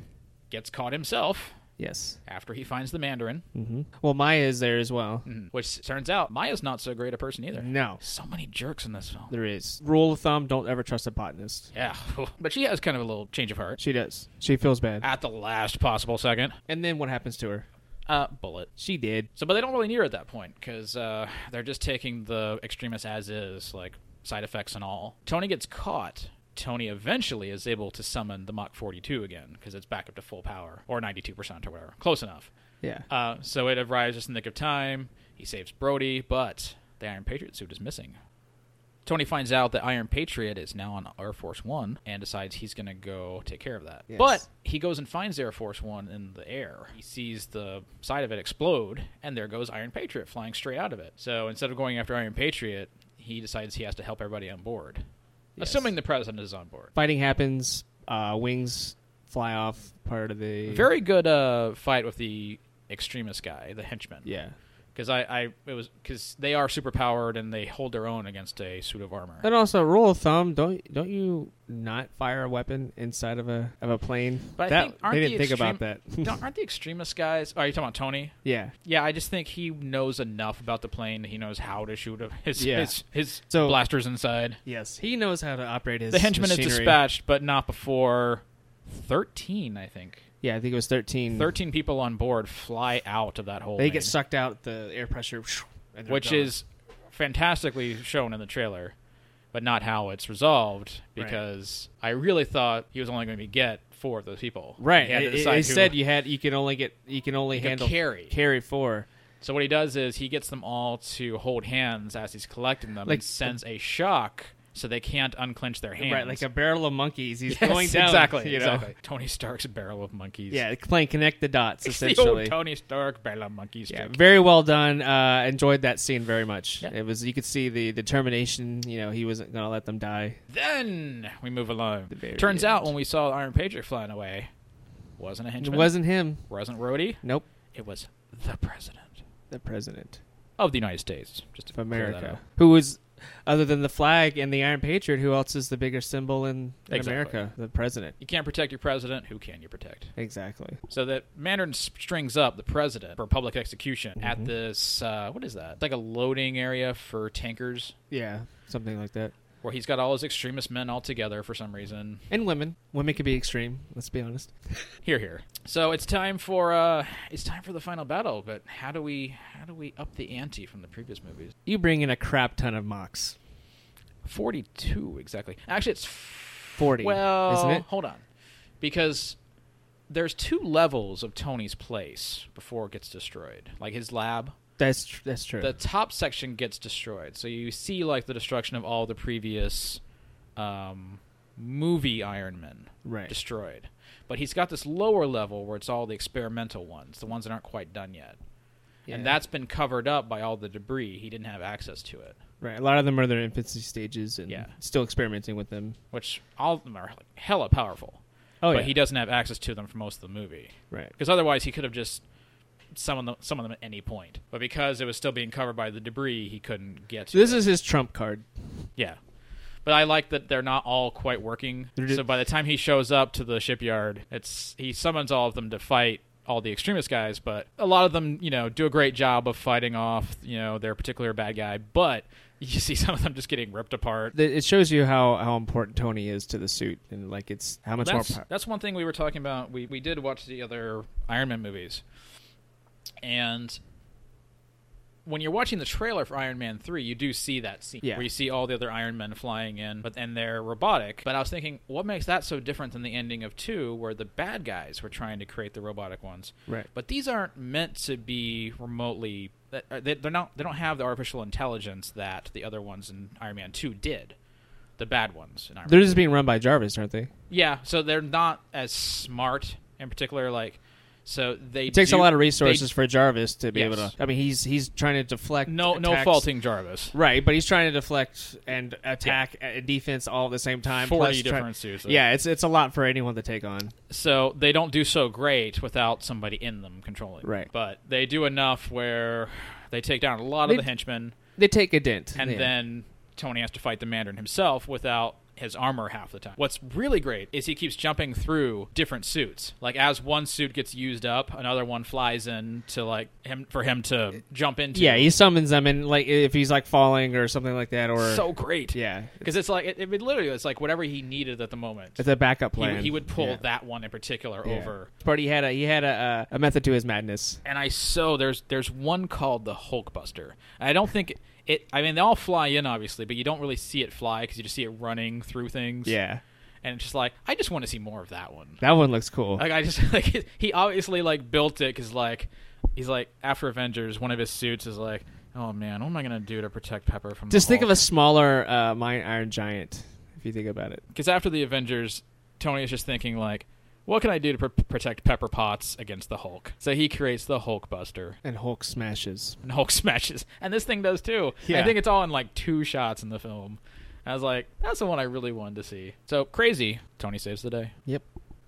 Speaker 2: gets caught himself
Speaker 1: yes.
Speaker 2: after he finds the Mandarin,
Speaker 1: hmm Well, Maya is there as well.
Speaker 2: Mhm. which turns out Maya's not so great a person either.
Speaker 1: No,
Speaker 2: So many jerks in this film.
Speaker 1: there is rule of thumb: don't ever trust a botanist.
Speaker 2: Yeah, but she has kind of a little change of heart
Speaker 1: She does. She feels bad.
Speaker 2: at the last possible second.
Speaker 1: And then what happens to her?
Speaker 2: Uh, bullet.
Speaker 1: She did.
Speaker 2: So, but they don't really need her at that point because uh, they're just taking the extremists as is, like side effects and all. Tony gets caught. Tony eventually is able to summon the Mach 42 again because it's back up to full power or 92% or whatever. Close enough.
Speaker 1: Yeah.
Speaker 2: Uh, so it arrives just in the nick of time. He saves Brody, but the Iron Patriot suit is missing. Tony finds out that Iron Patriot is now on Air Force One and decides he's going to go take care of that.
Speaker 1: Yes.
Speaker 2: But he goes and finds Air Force One in the air. He sees the side of it explode, and there goes Iron Patriot flying straight out of it. So instead of going after Iron Patriot, he decides he has to help everybody on board,
Speaker 1: Yes.
Speaker 2: assuming the president is on board.
Speaker 1: Fighting happens. Uh, wings fly off part of the.
Speaker 2: Very good uh, fight with the extremist guy, the henchman.
Speaker 1: Yeah.
Speaker 2: because I, I it was because they are super powered and they hold their own against a suit of armor.
Speaker 1: And also, rule of thumb: don't don't you not fire a weapon inside of a of a plane?
Speaker 2: But I
Speaker 1: that,
Speaker 2: think- aren't
Speaker 1: they
Speaker 2: the
Speaker 1: didn't think about that.
Speaker 2: Don't, aren't the extremist guys? Are you talking about Tony?
Speaker 1: yeah.
Speaker 2: Yeah, I just think he knows enough about the plane. that He knows how to shoot a, his,
Speaker 1: Yeah.
Speaker 2: his his
Speaker 1: So-
Speaker 2: blasters inside.
Speaker 1: Yes, he knows how to operate his.
Speaker 2: The henchman
Speaker 1: machinery.
Speaker 2: is dispatched, but not before thirteen. I think
Speaker 1: Yeah, I think it was thirteen.
Speaker 2: thirteen people on board fly out of that hole.
Speaker 1: They get sucked out the air pressure, and they're
Speaker 2: which
Speaker 1: gone.
Speaker 2: is fantastically shown in the trailer, but not how it's resolved
Speaker 1: Right.
Speaker 2: because I really thought he was only going to get four of those people.
Speaker 1: right.
Speaker 2: He had to
Speaker 1: It- it-
Speaker 2: decide
Speaker 1: they
Speaker 2: who-
Speaker 1: said you had you can only get you can only
Speaker 2: You could
Speaker 1: handle
Speaker 2: carry.
Speaker 1: carry four.
Speaker 2: So what he does is he gets them all to hold hands as he's collecting them
Speaker 1: Like-
Speaker 2: and sends a shock so they can't unclench their hands.
Speaker 1: Right, like a barrel of monkeys. He's
Speaker 2: Yes,
Speaker 1: going down.
Speaker 2: exactly.
Speaker 1: you know?
Speaker 2: exactly. Tony Stark's barrel of monkeys.
Speaker 1: Yeah, playing connect the dots
Speaker 2: It's the old
Speaker 1: essentially.
Speaker 2: Tony Stark barrel of monkeys.
Speaker 1: Yeah,
Speaker 2: trick.
Speaker 1: very well done. Uh, enjoyed that scene very much.
Speaker 2: Yeah.
Speaker 1: It was you could see the determination. You know, he wasn't gonna let them die.
Speaker 2: Then we move along.
Speaker 1: The very
Speaker 2: Turns out
Speaker 1: end.
Speaker 2: when we saw Iron Patriot flying away, wasn't a
Speaker 1: It
Speaker 2: henchman.
Speaker 1: wasn't him.
Speaker 2: wasn't Rhodey.
Speaker 1: Nope,
Speaker 2: It was the president
Speaker 1: the president
Speaker 2: of the United States, just to
Speaker 1: of
Speaker 2: clear that
Speaker 1: America,
Speaker 2: up.
Speaker 1: who was, other than the flag and the Iron Patriot, who else is the bigger symbol in, in
Speaker 2: Exactly.
Speaker 1: America? The president.
Speaker 2: You can't protect your president. Who can you protect?
Speaker 1: Exactly.
Speaker 2: So that Mandarin s- strings up the president for public execution at
Speaker 1: Mhm.
Speaker 2: this uh, what is that? It's like a loading area for tankers
Speaker 1: Yeah, something like that.
Speaker 2: where he's got all his extremist men all together for some reason.
Speaker 1: And women. Women can be extreme. Let's be honest.
Speaker 2: Here, here. So it's time for uh, it's time for the final battle. But how do we how do we up the ante from the previous movies?
Speaker 1: You bring in a crap ton of mocks.
Speaker 2: Forty two exactly. Actually, it's
Speaker 1: Forty.
Speaker 2: Well,
Speaker 1: isn't it?
Speaker 2: hold on, because there's two levels of Tony's place before it gets destroyed. Like his lab,
Speaker 1: That's tr- that's true.
Speaker 2: the top section gets destroyed, so you see like the destruction of all the previous um, movie Iron Man
Speaker 1: right.
Speaker 2: destroyed. But he's got this lower level where it's all the experimental ones, the ones that aren't quite done yet.
Speaker 1: Yeah.
Speaker 2: And that's been covered up by all the debris. He didn't have access to it.
Speaker 1: right. A lot of them are in their infancy stages and
Speaker 2: Yeah.
Speaker 1: still experimenting with them.
Speaker 2: Which all of them are like, hella powerful.
Speaker 1: Oh
Speaker 2: but
Speaker 1: yeah.
Speaker 2: he doesn't have access to them for most of the movie.
Speaker 1: right.
Speaker 2: because otherwise he could have just summoned them, summoned them at any point. But because it was still being covered by the debris, he couldn't get to.
Speaker 1: So this
Speaker 2: it.
Speaker 1: is his trump card.
Speaker 2: yeah. But I like that they're not all quite working.
Speaker 1: They're just-
Speaker 2: so by the time he shows up to the shipyard, it's he summons all of them to fight all the extremist guys. But a lot of them, you know, do a great job of fighting off, you know, their particular bad guy. But you see some of them just getting ripped apart.
Speaker 1: Th- It shows you how, how important Tony is to the suit and like it's how much
Speaker 2: that's,
Speaker 1: more. Power.
Speaker 2: that's one thing we were talking about. We we did watch the other Iron Man movies, and when you're watching the trailer for Iron Man 3, you do see that scene
Speaker 1: Yeah.
Speaker 2: where you see all the other Iron Men flying in, but and they're robotic. But I was thinking, what makes that so different than the ending of 2 where the bad guys were trying to create the robotic ones?
Speaker 1: Right.
Speaker 2: But these aren't meant to be remotely that- uh, they- they're not they don't have the artificial intelligence that the other ones in Iron Man 2 did. The bad ones in Iron
Speaker 1: They're
Speaker 2: Man.
Speaker 1: just being run by Jarvis, aren't they?
Speaker 2: Yeah, so they're not as smart in particular like so they
Speaker 1: It takes a lot of resources for Jarvis to be
Speaker 2: Yes.
Speaker 1: able to. I mean, he's he's trying to deflect.
Speaker 2: no no
Speaker 1: attacks-
Speaker 2: faulting Jarvis.
Speaker 1: Right, but he's trying to deflect and attack and defense all at the same time. plus
Speaker 2: 40
Speaker 1: try-
Speaker 2: different suits.
Speaker 1: Yeah, it's it's a lot for anyone to take on.
Speaker 2: so they don't do so great without somebody in them controlling.
Speaker 1: Right.
Speaker 2: But they do enough where they take down a lot
Speaker 1: They-
Speaker 2: of the henchmen,
Speaker 1: They take a dent,
Speaker 2: and
Speaker 1: yeah.
Speaker 2: then Tony has to fight the Mandarin himself without his armor half the time. What's really great is he keeps jumping through different suits. Like as one suit gets used up, another one flies in to like him for him to jump into.
Speaker 1: yeah, he summons them, and like if he's like falling or something like that, or
Speaker 2: so great.
Speaker 1: yeah,
Speaker 2: Because it's like it, it literally it's like whatever he needed at the moment.
Speaker 1: it's a backup plan.
Speaker 2: He, he would pull
Speaker 1: Yeah.
Speaker 2: that one in particular
Speaker 1: Yeah.
Speaker 2: over
Speaker 1: But he had a he had a, a, a method to his madness.
Speaker 2: and I so there's there's one called the Hulkbuster. I don't think it, I mean, they all fly in obviously, but you don't really see it fly because you just see it running through things.
Speaker 1: Yeah,
Speaker 2: and it's just like I just want to see more of that one.
Speaker 1: that one looks cool.
Speaker 2: Like I just like he obviously like built it because like he's like after Avengers, one of his suits is like, oh man, what am I gonna do to protect Pepper from?
Speaker 1: Just think of a smaller uh, mine Iron Giant if you think about it.
Speaker 2: because after the Avengers, Tony is just thinking like. What can I do to pr- protect Pepper Potts against the Hulk? So he creates the Hulk Buster.
Speaker 1: And Hulk smashes.
Speaker 2: and Hulk smashes, and this thing does too.
Speaker 1: Yeah.
Speaker 2: I think it's all in like two shots in the film. I was like, that's the one I really wanted to see. So crazy. Tony saves the day.
Speaker 1: Yep.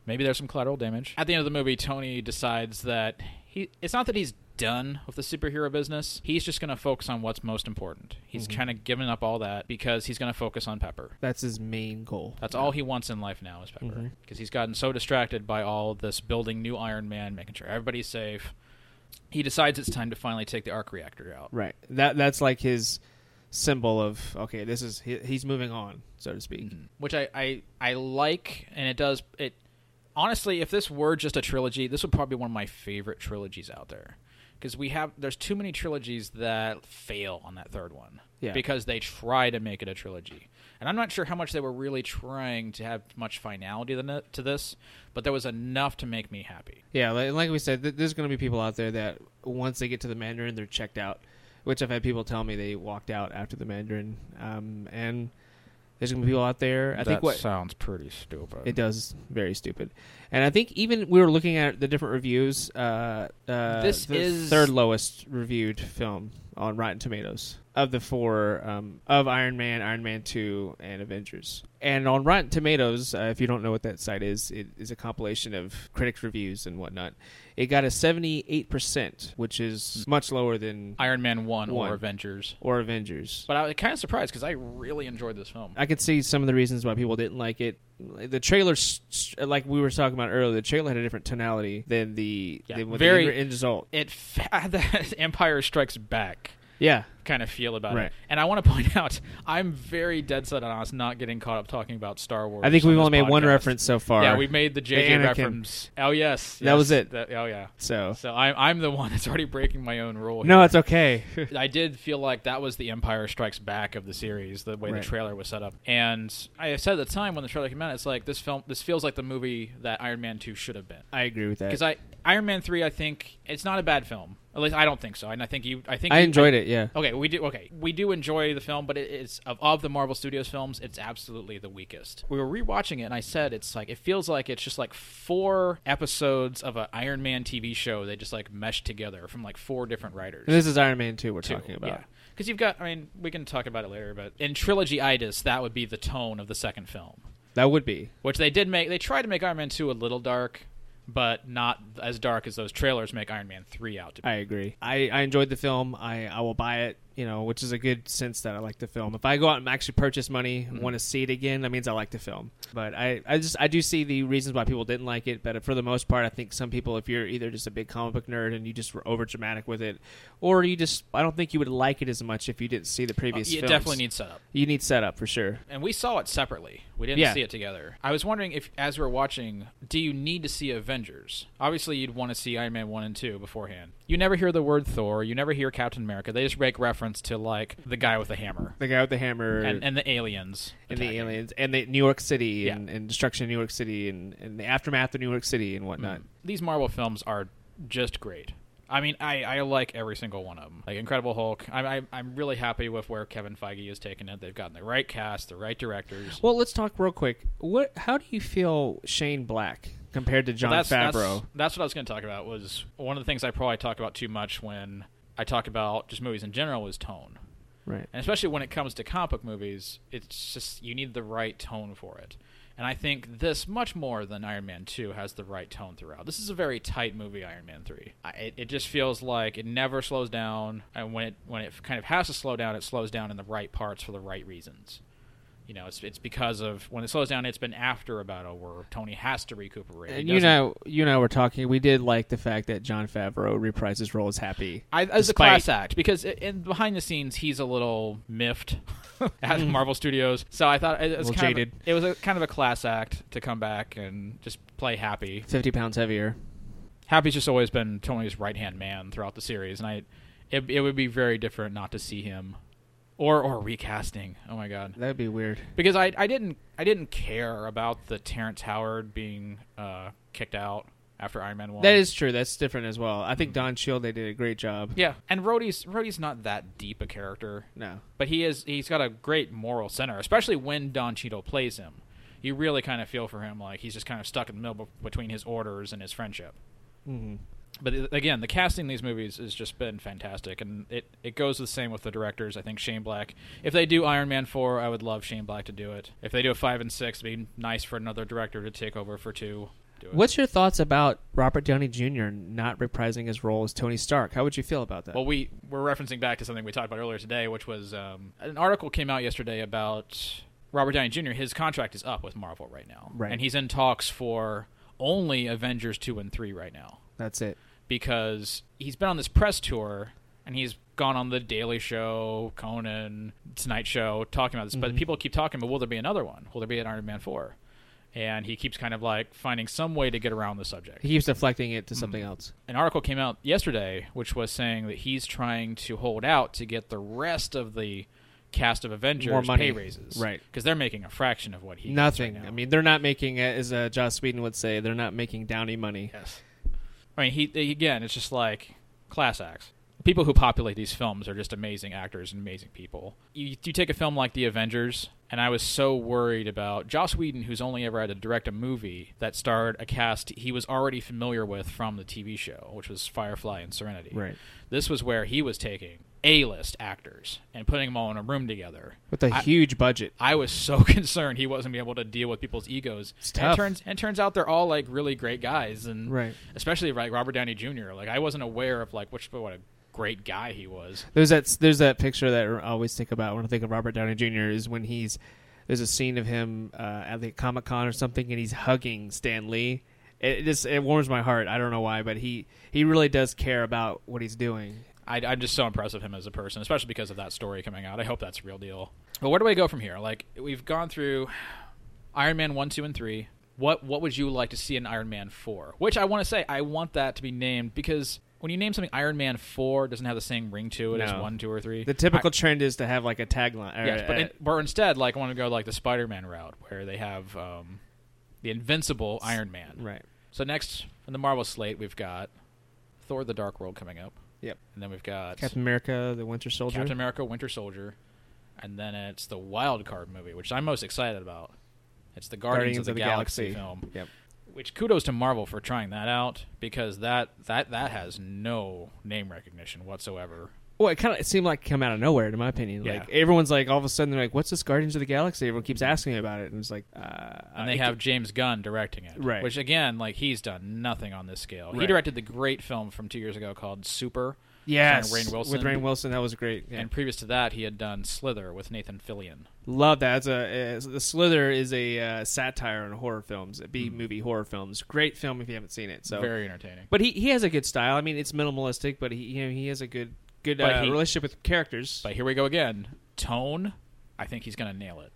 Speaker 2: Maybe there's some collateral damage. At the end of the movie, Tony decides that he it's not that he's done with the superhero business. He's just going to focus on what's most important. He's kind of given up all that because he's going to focus on Pepper.
Speaker 1: That's his main goal.
Speaker 2: That's all he wants in life now is Pepper. Because
Speaker 1: Mhm.
Speaker 2: he's gotten so distracted by all this building new Iron Man, making sure everybody's safe. He decides it's time to finally take the arc reactor out.
Speaker 1: Right. That that's like his symbol of okay, this is he, he's moving on, so to speak.
Speaker 2: which I, I I like, and it does it. Honestly, if this were just a trilogy, this would probably be one of my favorite trilogies out there because we have there's too many trilogies that fail on that third one
Speaker 1: Yeah.
Speaker 2: because they try to make it a trilogy, and I'm not sure how much they were really trying to have much finality than it- to this, but there was enough to make me happy.
Speaker 1: Yeah, like, like we said, th- there's going to be people out there that once they get to the Mandarin, they're checked out. Which I've had people tell me they walked out after the Mandarin. Um, and there's going to be people out there. I think what
Speaker 2: sounds pretty stupid.
Speaker 1: it does very stupid. And I think even we were looking at the different reviews. Uh, uh,
Speaker 2: This
Speaker 1: the
Speaker 2: is-
Speaker 1: third lowest reviewed film on Rotten Tomatoes of the four um, of Iron Man, Iron Man Two, and Avengers. And on Rotten Tomatoes, uh, if you don't know what that site is, it is a compilation of critics' reviews and whatnot. It got a seventy-eight percent, which is much lower than
Speaker 2: Iron Man one,
Speaker 1: One.
Speaker 2: or Avengers,
Speaker 1: or Avengers.
Speaker 2: but I was kind of surprised because I really enjoyed this film.
Speaker 1: I could see some of the reasons why people didn't like it. The trailer, s- s- like we were talking about earlier, the trailer had a different tonality than the
Speaker 2: Yeah,
Speaker 1: than what
Speaker 2: very-
Speaker 1: the end result.
Speaker 2: It fa- I had that Empire Strikes Back.
Speaker 1: Yeah,
Speaker 2: kind of feel about
Speaker 1: Right.
Speaker 2: it. And I want to point out, I'm very dead set on us not getting caught up talking about Star Wars.
Speaker 1: I think
Speaker 2: on
Speaker 1: we've
Speaker 2: this
Speaker 1: only made one
Speaker 2: podcast.
Speaker 1: reference so far.
Speaker 2: Yeah, we made the JJ
Speaker 1: Anakin.
Speaker 2: reference. Oh yes,
Speaker 1: That was
Speaker 2: yes,
Speaker 1: it.
Speaker 2: that- oh yeah.
Speaker 1: so
Speaker 2: So I'm I'm the one that's already breaking my own rule.
Speaker 1: no, it's okay.
Speaker 2: here. I did feel like that was the Empire Strikes Back of the series, the way
Speaker 1: Right.
Speaker 2: the trailer was set up. And I said at the time when the trailer came out, it's like this film, this feels like the movie that Iron Man two should have been
Speaker 1: I agree with that.
Speaker 2: because I Iron Man three, I think it's not a bad film. At least I don't think so. And I think you, I think Oh,
Speaker 1: I
Speaker 2: you-
Speaker 1: enjoyed it. Yeah,
Speaker 2: Okay, we do. Okay, we do enjoy the film, but it is of of the Marvel Studios films, it's absolutely the weakest. We were rewatching it, and I said it's like it feels like it's just like four episodes of an Iron Man TV show. They just like meshed together from like four different writers.
Speaker 1: and this is Iron Man two we're talking about.
Speaker 2: Because you've got, I mean, we can talk about it later, but in trilogy itis, that would be the tone of the second film,
Speaker 1: That would be
Speaker 2: which they did make. They tried to make Iron Man two a little dark, but not as dark as those trailers make Iron Man three out to be.
Speaker 1: I agree. I, I enjoyed the film. I, I will buy it. you know, which is a good sense that I like to film. If I go out and actually purchase money,
Speaker 2: Mm-hmm.
Speaker 1: want to see it again, that means I like to film. But I, I just, I do see the reasons why people didn't like it. But for the most part, I think some people, if you're either just a big comic book nerd and you just were over dramatic with it, or you just, I don't think you would like it as much if you didn't see the previous.
Speaker 2: Uh, you
Speaker 1: films.
Speaker 2: definitely need setup.
Speaker 1: You need setup for sure.
Speaker 2: and we saw it separately. We didn't
Speaker 1: Yeah.
Speaker 2: see it together. I was wondering if, as we were watching, do you need to see Avengers? Obviously, you'd want to see Iron Man one and two beforehand. You never hear the word Thor. You never hear Captain America. They just make reference to like the guy with the hammer
Speaker 1: The guy with the hammer
Speaker 2: and, and the aliens
Speaker 1: and the
Speaker 2: attacking.
Speaker 1: aliens and the New York City and,
Speaker 2: Yeah.
Speaker 1: and destruction in New York City and, and the aftermath of New York City and whatnot.
Speaker 2: These Marvel films are just great. I mean, I, I like every single one of them. Like Incredible Hulk, I'm I, I'm really happy with where Kevin Feige has taken it. They've gotten the right cast, the right directors.
Speaker 1: Well, let's talk real quick. What? How do you feel Shane Black compared to John
Speaker 2: Well,
Speaker 1: Favreau?
Speaker 2: That's, that's what I was going to talk about. Was one of the things I probably talk about too much when I talk about just movies in general was tone,
Speaker 1: right.
Speaker 2: and especially when it comes to comic book movies, it's just you need the right tone for it. And I think this much more than Iron Man Two has the right tone throughout. This is a very tight movie, Iron Man Three. I, it, it just feels like it never slows down, and when it when it kind of has to slow down, it slows down in the right parts for the right reasons. You know, it's it's because of when it slows down, it's been after a battle where Tony has to recuperate. He
Speaker 1: And you
Speaker 2: doesn't-
Speaker 1: know, you and I were talking. We did like the fact that John Favreau reprised his role as Happy.
Speaker 2: I, as a
Speaker 1: Despite-
Speaker 2: class act because i- in behind the scenes he's a little miffed at Marvel Studios. So I thought it was
Speaker 1: Mm. Little
Speaker 2: kind
Speaker 1: jaded.
Speaker 2: Of, it was a, kind of a class act to come back and just play Happy.
Speaker 1: Fifty pounds heavier.
Speaker 2: Happy's just always been Tony's right hand man throughout the series, and I it, it would be very different not to see him or or recasting. Oh my god.
Speaker 1: That'd be weird.
Speaker 2: Because I, I didn't I didn't care about the Terrence Howard being uh, kicked out after Iron Man one.
Speaker 1: That is true. That's different as well. I think Don Shield they did a great job.
Speaker 2: Mm-hmm. yeah, and Rhodey's Rhodey's not that deep a character.
Speaker 1: No.
Speaker 2: but he is he's got a great moral center, especially when Don Cheadle plays him. You really kind of feel for him, like he's just kind of stuck in the middle be- between his orders and his friendship.
Speaker 1: Mm-hmm.
Speaker 2: But i- again, the casting in these movies has just been fantastic, and it it goes the same with the directors. I think Shane Black. If they do Iron Man four, I would love Shane Black to do it. If they do a five and six, it'd be nice for another director to take over for two. Do it.
Speaker 1: What's your thoughts about Robert Downey Jr. not reprising his role as Tony Stark? How would you feel about that?
Speaker 2: Well, we we're referencing back to something we talked about earlier today, which was um, an article came out yesterday about Robert Downey Jr. His contract is up with Marvel right now,
Speaker 1: Right.
Speaker 2: and he's in talks for only Avengers two and three right now
Speaker 1: That's it.
Speaker 2: because he's been on this press tour and he's gone on the Daily Show, Conan, Tonight Show, talking about this. But
Speaker 1: Mhm.
Speaker 2: people keep talking, but will there be another one? Will there be an Iron Man four? And he keeps kind of like finding some way to get around the subject
Speaker 1: He keeps deflecting it to something
Speaker 2: Mm-hmm.
Speaker 1: else.
Speaker 2: an article came out yesterday which was saying that he's trying to hold out to get the rest of the cast of Avengers
Speaker 1: More money.
Speaker 2: pay raises.
Speaker 1: Right.
Speaker 2: Because they're making a fraction of what he gets
Speaker 1: Nothing.
Speaker 2: right now.
Speaker 1: I mean, they're not making, as uh, Joss Whedon would say, they're not making Downey money.
Speaker 2: yes. I mean, he, he- again, it's just like class acts. People who populate these films are just amazing actors and amazing people. You, you take a film like The Avengers, and I was so worried about Joss Whedon, who's only ever had to direct a movie that starred a cast he was already familiar with from the TV show, which was Firefly and Serenity.
Speaker 1: Right.
Speaker 2: This was where he was taking A-list actors and putting them all in a room together.
Speaker 1: With a
Speaker 2: I-
Speaker 1: huge budget.
Speaker 2: I was so concerned he wasn't be able to deal with people's egos.
Speaker 1: It's
Speaker 2: And
Speaker 1: tough.
Speaker 2: it turns and it turns out they're all like really great guys, and
Speaker 1: Right.
Speaker 2: especially like Robert Downey Jr. Like I wasn't aware of like which what a great guy he was.
Speaker 1: There's that. There's that picture that I always think about when I think of Robert Downey Jr. Is when he's there's a scene of him uh, at the Comic Con or something, and he's hugging Stan Lee. It, it just it warms my heart. I don't know why, but he he really does care about what he's doing.
Speaker 2: I, I'm just so impressed with him as a person, especially because of that story coming out. I hope that's real deal. But where do we go from here? Like we've gone through Iron Man one, two, and three. What what would you like to see in Iron Man four? Which I want to say I want that to be named because when you name something Iron Man four, it doesn't have the same ring to it as
Speaker 1: No.
Speaker 2: one, two, or three.
Speaker 1: The typical trend is to have like a tagline. or,
Speaker 2: Yes, but,
Speaker 1: uh,
Speaker 2: in, but instead, like, I want to go like the Spider-Man route, where they have um, the Invincible Iron Man.
Speaker 1: right.
Speaker 2: So next in the Marvel slate, we've got Thor: The Dark World coming up,
Speaker 1: Yep.
Speaker 2: and then we've got
Speaker 1: Captain America, the Winter Soldier.
Speaker 2: Captain America: Winter Soldier, and then it's the Wild Card movie, which I'm most excited about. It's the Guardians, of the, Galaxy, film,
Speaker 1: Yep.
Speaker 2: which kudos to Marvel for trying that out because that that that has no name recognition whatsoever.
Speaker 1: Well, it kind of it seemed like it came out of nowhere, in my opinion.
Speaker 2: Yeah. Mm-hmm.
Speaker 1: Like everyone's like all of a sudden they're like, "What's this Guardians of the Galaxy?" Everyone keeps asking me about it, and it's like, uh,
Speaker 2: and they have James Gunn directing it,
Speaker 1: Right.
Speaker 2: Which again, like he's done nothing on this scale. He
Speaker 1: Right.
Speaker 2: directed the great film from two years ago called Super,
Speaker 1: Yes,
Speaker 2: Rainn Wilson.
Speaker 1: with Rain Wilson, that was great. Yeah.
Speaker 2: And previous to that, he had done Slither with Nathan Fillion.
Speaker 1: Love that. It's a, uh, the Slither is a uh, satire on horror films, B movie horror films. Great film if you haven't seen it. So,
Speaker 2: Mm-hmm. Very entertaining.
Speaker 1: but he, he has a good style. I mean, it's minimalistic, but he you know, he has a good good
Speaker 2: But
Speaker 1: uh,
Speaker 2: he-
Speaker 1: relationship with characters.
Speaker 2: But here we go again. Tone, I think he's gonna nail it.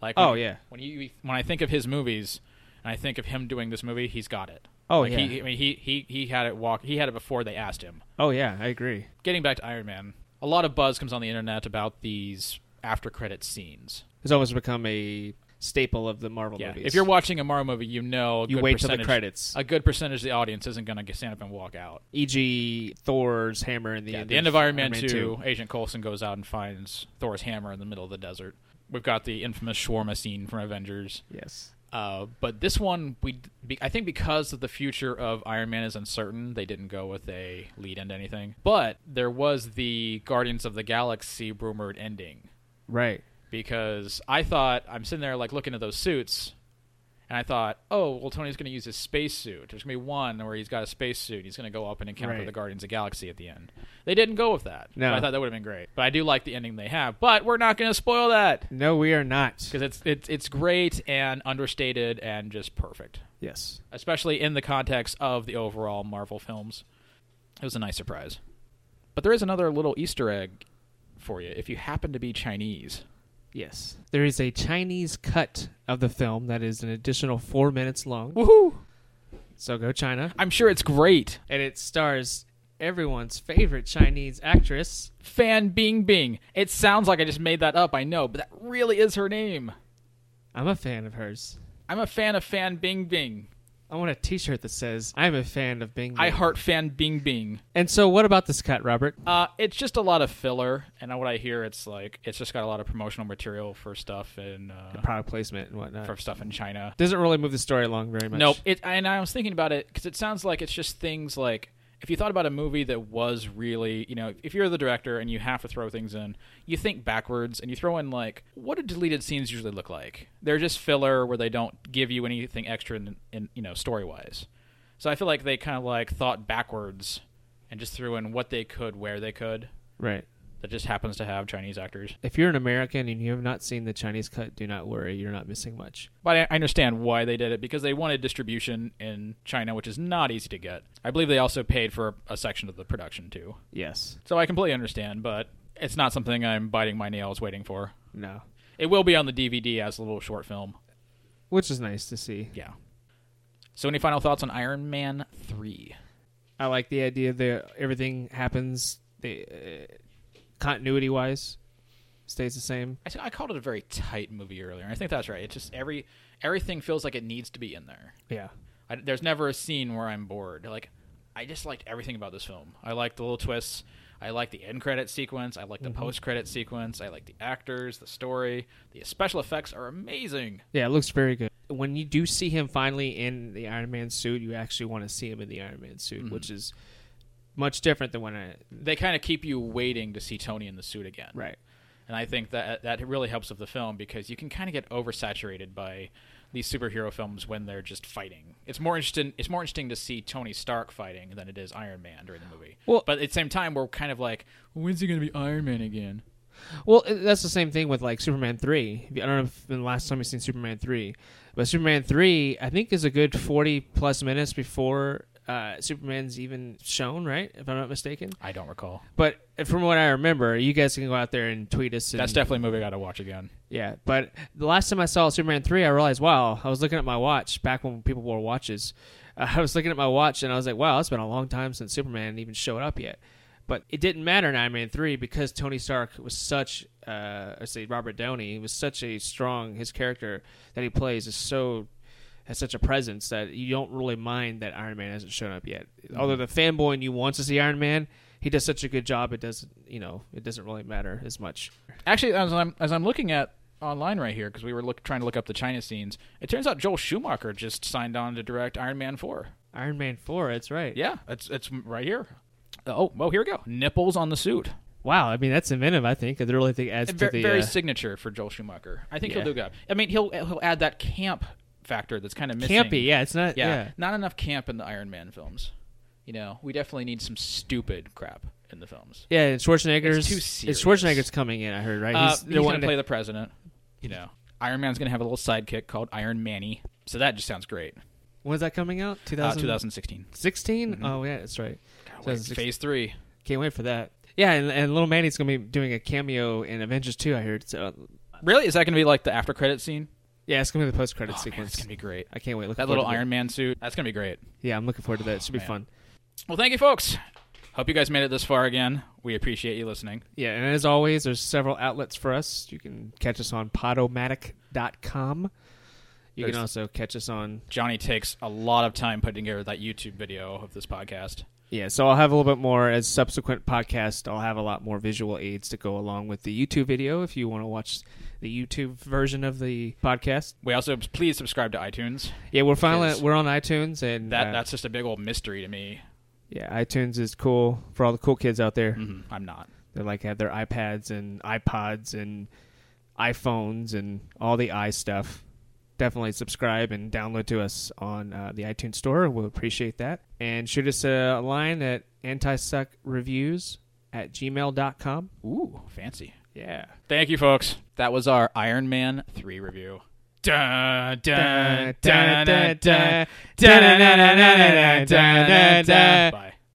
Speaker 2: Like
Speaker 1: Oh,
Speaker 2: when-
Speaker 1: yeah.
Speaker 2: when you when I think of his movies and I think of him doing this movie, he's got it.
Speaker 1: Oh,
Speaker 2: Like,
Speaker 1: yeah.
Speaker 2: He, I mean he he he had it walk. He had it before they asked him.
Speaker 1: oh yeah, I agree.
Speaker 2: Getting back to Iron Man, a lot of buzz comes on the internet about these after credit scenes.
Speaker 1: It's almost become a staple of the Marvel
Speaker 2: Yeah,
Speaker 1: movies.
Speaker 2: if you're watching a Marvel movie, you know a
Speaker 1: You
Speaker 2: good
Speaker 1: wait till the
Speaker 2: percentage-
Speaker 1: credits.
Speaker 2: A good percentage of the audience isn't gonna get- stand up and walk out.
Speaker 1: e.g. E Thor's hammer in the
Speaker 2: Yeah,
Speaker 1: end
Speaker 2: the end of Iron Man, 2,
Speaker 1: 2.
Speaker 2: Agent Coulson goes out and finds Thor's hammer in the middle of the desert. We've got the infamous shawarma scene from Avengers.
Speaker 1: Yes.
Speaker 2: Uh, but this one, we be, I think because of the future of Iron Man is uncertain, they didn't go with a lead into anything. But there was the Guardians of the Galaxy rumored ending
Speaker 1: Right.
Speaker 2: because I thought I'm sitting there like looking at those suits, and I thought, oh, well, Tony's going to use his space suit. There's going to be one where he's got a space suit. and He's going to go up and encounter
Speaker 1: Right.
Speaker 2: the Guardians of the Galaxy at the end. They didn't go with that.
Speaker 1: No.
Speaker 2: I thought that would have been great. But I do like the ending they have. But we're not going to spoil that
Speaker 1: No, we are not.
Speaker 2: because it's it's it's great and understated and just perfect,
Speaker 1: Yes.
Speaker 2: especially in the context of the overall Marvel films. It was a nice surprise. But there is another little Easter egg for you if you happen to be Chinese.
Speaker 1: Yes. There is a Chinese cut of the film that is an additional four minutes long.
Speaker 2: Woohoo!
Speaker 1: So go China.
Speaker 2: I'm sure it's great.
Speaker 1: And it stars everyone's favorite Chinese actress.
Speaker 2: Fan Bing Bing. It sounds like I just made that up, I know, but that really is her name.
Speaker 1: I'm a fan of hers.
Speaker 2: I'm a fan of Fan Bing Bing.
Speaker 1: I want a t shirt that says, I'm a fan of Bing.
Speaker 2: I
Speaker 1: Bing."
Speaker 2: heart Fan Bing Bing.
Speaker 1: And so, what about this cut, Robert?
Speaker 2: Uh, it's just a lot of filler, and what I hear, it's like it's just got a lot of promotional material for stuff in uh,
Speaker 1: Product placement and whatnot.
Speaker 2: for stuff in China.
Speaker 1: Doesn't really move the story along very much.
Speaker 2: Nope. It, and I was thinking about it because it sounds like it's just things like if you thought about a movie that was really, you know, if you're the director and you have to throw things in, you think backwards and you throw in like, what do deleted scenes usually look like? They're just filler where they don't give you anything extra in, in you know, story wise. So I feel like they kind of like thought backwards and just threw in what they could, where they could.
Speaker 1: Right.
Speaker 2: That just happens to have Chinese actors.
Speaker 1: If you're an American and you have not seen the Chinese cut, do not worry. You're not missing much.
Speaker 2: But I- I understand why they did it because they wanted distribution in China, which is not easy to get. I believe they also paid for a section of the production too.
Speaker 1: Yes.
Speaker 2: So I completely understand, but it's not something I'm biting my nails waiting for.
Speaker 1: No.
Speaker 2: It will be on the DVD as a little short film.
Speaker 1: Which is nice to see.
Speaker 2: Yeah. So any final thoughts on Iron Man 3?
Speaker 1: I like the idea that everything happens the uh, continuity wise stays the same.
Speaker 2: I, s- I called it a very tight movie earlier. and I think that's right. It's just every everything feels like it needs to be in there.
Speaker 1: Yeah.
Speaker 2: I, there's never a scene where I'm bored. Like, I just liked everything about this film. I liked the little twists. I liked the end credit sequence. I
Speaker 1: Mm-hmm.
Speaker 2: liked the post credit sequence. I liked the actors, the story. The special effects are amazing.
Speaker 1: Yeah, it looks very good. When you do see him finally in the Iron Man suit, you actually want to see him in the Iron Man suit, which is much different than when I
Speaker 2: They kind of keep you waiting to see Tony in the suit again.
Speaker 1: right.
Speaker 2: And I think that that really helps with the film because you can kind of get oversaturated by these superhero films when they're just fighting. It's more interesting. It's more interesting to see Tony Stark fighting than it is Iron Man during the movie.
Speaker 1: Well-
Speaker 2: but at the same time, we're kind of like, when's he going to be Iron Man again?
Speaker 1: Well, it- that's the same thing with like Superman three. If you- I don't know if the last time you seen Superman three, but Superman three I think is a good forty plus minutes before uh, Superman's even shown, right? If I'm not mistaken.
Speaker 2: I don't recall.
Speaker 1: But uh, from what I remember, you guys can go out there and tweet us. And,
Speaker 2: That's definitely a movie I got to watch again.
Speaker 1: yeah. But the last time I saw Superman three, I realized, wow, I was looking at my watch back when people wore watches. Uh, I was looking at my watch and I was like, wow, it's been a long time since Superman even showed up yet. But it didn't matter in Iron Man three because Tony Stark was such, uh, I say Robert Downey was such a strong his character that he plays is so has such a presence that you don't really mind that Iron Man hasn't shown up yet. Although the fanboy in you wants to see Iron Man, he does such a good job. It doesn't, you know, it doesn't really matter as much.
Speaker 2: Actually, as I'm as I'm looking at online right here because we were look, trying to look up the China scenes, it turns out Joel Schumacher just signed on to direct Iron Man four.
Speaker 1: Iron Man four, that's right.
Speaker 2: Yeah, it's it's right here. Oh, well, here we go. Nipples on the suit.
Speaker 1: Wow, I mean that's inventive. I think it really think adds
Speaker 2: Ver-
Speaker 1: to the
Speaker 2: very
Speaker 1: uh,
Speaker 2: signature for Joel Schumacher. I think
Speaker 1: Yeah.
Speaker 2: he'll do good. I mean, he'll he'll add that camp factor that's kind of missing.
Speaker 1: campy. Yeah, it's not.
Speaker 2: yeah,
Speaker 1: Yeah,
Speaker 2: Not enough camp in the Iron Man films. You know, we definitely need some stupid crap. in the films.
Speaker 1: Yeah, and Schwarzenegger's
Speaker 2: It's too
Speaker 1: it's
Speaker 2: serious.
Speaker 1: Schwarzenegger's coming in. I heard right.
Speaker 2: Uh,
Speaker 1: the
Speaker 2: he's going
Speaker 1: one
Speaker 2: to
Speaker 1: that-
Speaker 2: play the president. You know, Iron Man's going to have a little sidekick called Iron Manny. So that just sounds great.
Speaker 1: When's that coming out?
Speaker 2: Uh,
Speaker 1: 2016?
Speaker 2: 2016. Mm-hmm.
Speaker 1: Oh yeah, that's right.
Speaker 2: God, wait,
Speaker 1: 2016.
Speaker 2: phase three.
Speaker 1: Can't wait for that. Yeah, and, and little Manny's gonna be doing a cameo in Avengers 2, I heard. So
Speaker 2: Really? Is that going to be like the after credit scene?
Speaker 1: yeah, it's gonna be the post credit
Speaker 2: Oh, man,
Speaker 1: sequence.
Speaker 2: it's going to be great.
Speaker 1: I can't wait. Looking
Speaker 2: That
Speaker 1: forward
Speaker 2: little
Speaker 1: to that.
Speaker 2: Iron Man suit. That's going to be great.
Speaker 1: Yeah, I'm looking forward to that. It should be
Speaker 2: man.
Speaker 1: fun.
Speaker 2: Well, thank you, folks. Hope you guys made it this far again. We appreciate you listening.
Speaker 1: Yeah, and as always, there's several outlets for us. You can catch us on podomatic.com. You
Speaker 2: There's-
Speaker 1: can also catch us on
Speaker 2: Johnny takes a lot of time putting together that YouTube video of this podcast.
Speaker 1: Yeah, so I'll have a little bit more as subsequent podcasts. I'll have a lot more visual aids to go along with the YouTube video if you want to watch the YouTube version of the podcast.
Speaker 2: We also please subscribe to iTunes.
Speaker 1: Yeah, we're finally
Speaker 2: Yes.
Speaker 1: we're on iTunes and
Speaker 2: That
Speaker 1: uh,
Speaker 2: that's just a big old mystery to me.
Speaker 1: yeah, iTunes is cool for all the cool kids out there.
Speaker 2: Mhm, I'm not.
Speaker 1: They like have their iPads and iPods and iPhones and all the i stuff. Definitely subscribe and download to us on uh, the iTunes store. We'll appreciate that. And shoot us a line at antisuckreviews at gmail.com.
Speaker 2: Ooh, fancy.
Speaker 1: Yeah.
Speaker 2: Thank you, folks. That was our Iron Man 3 review. Dun, dun, dun, dun, dun, dun, dun, dun, dun, dun, dun, dun, dun. Bye.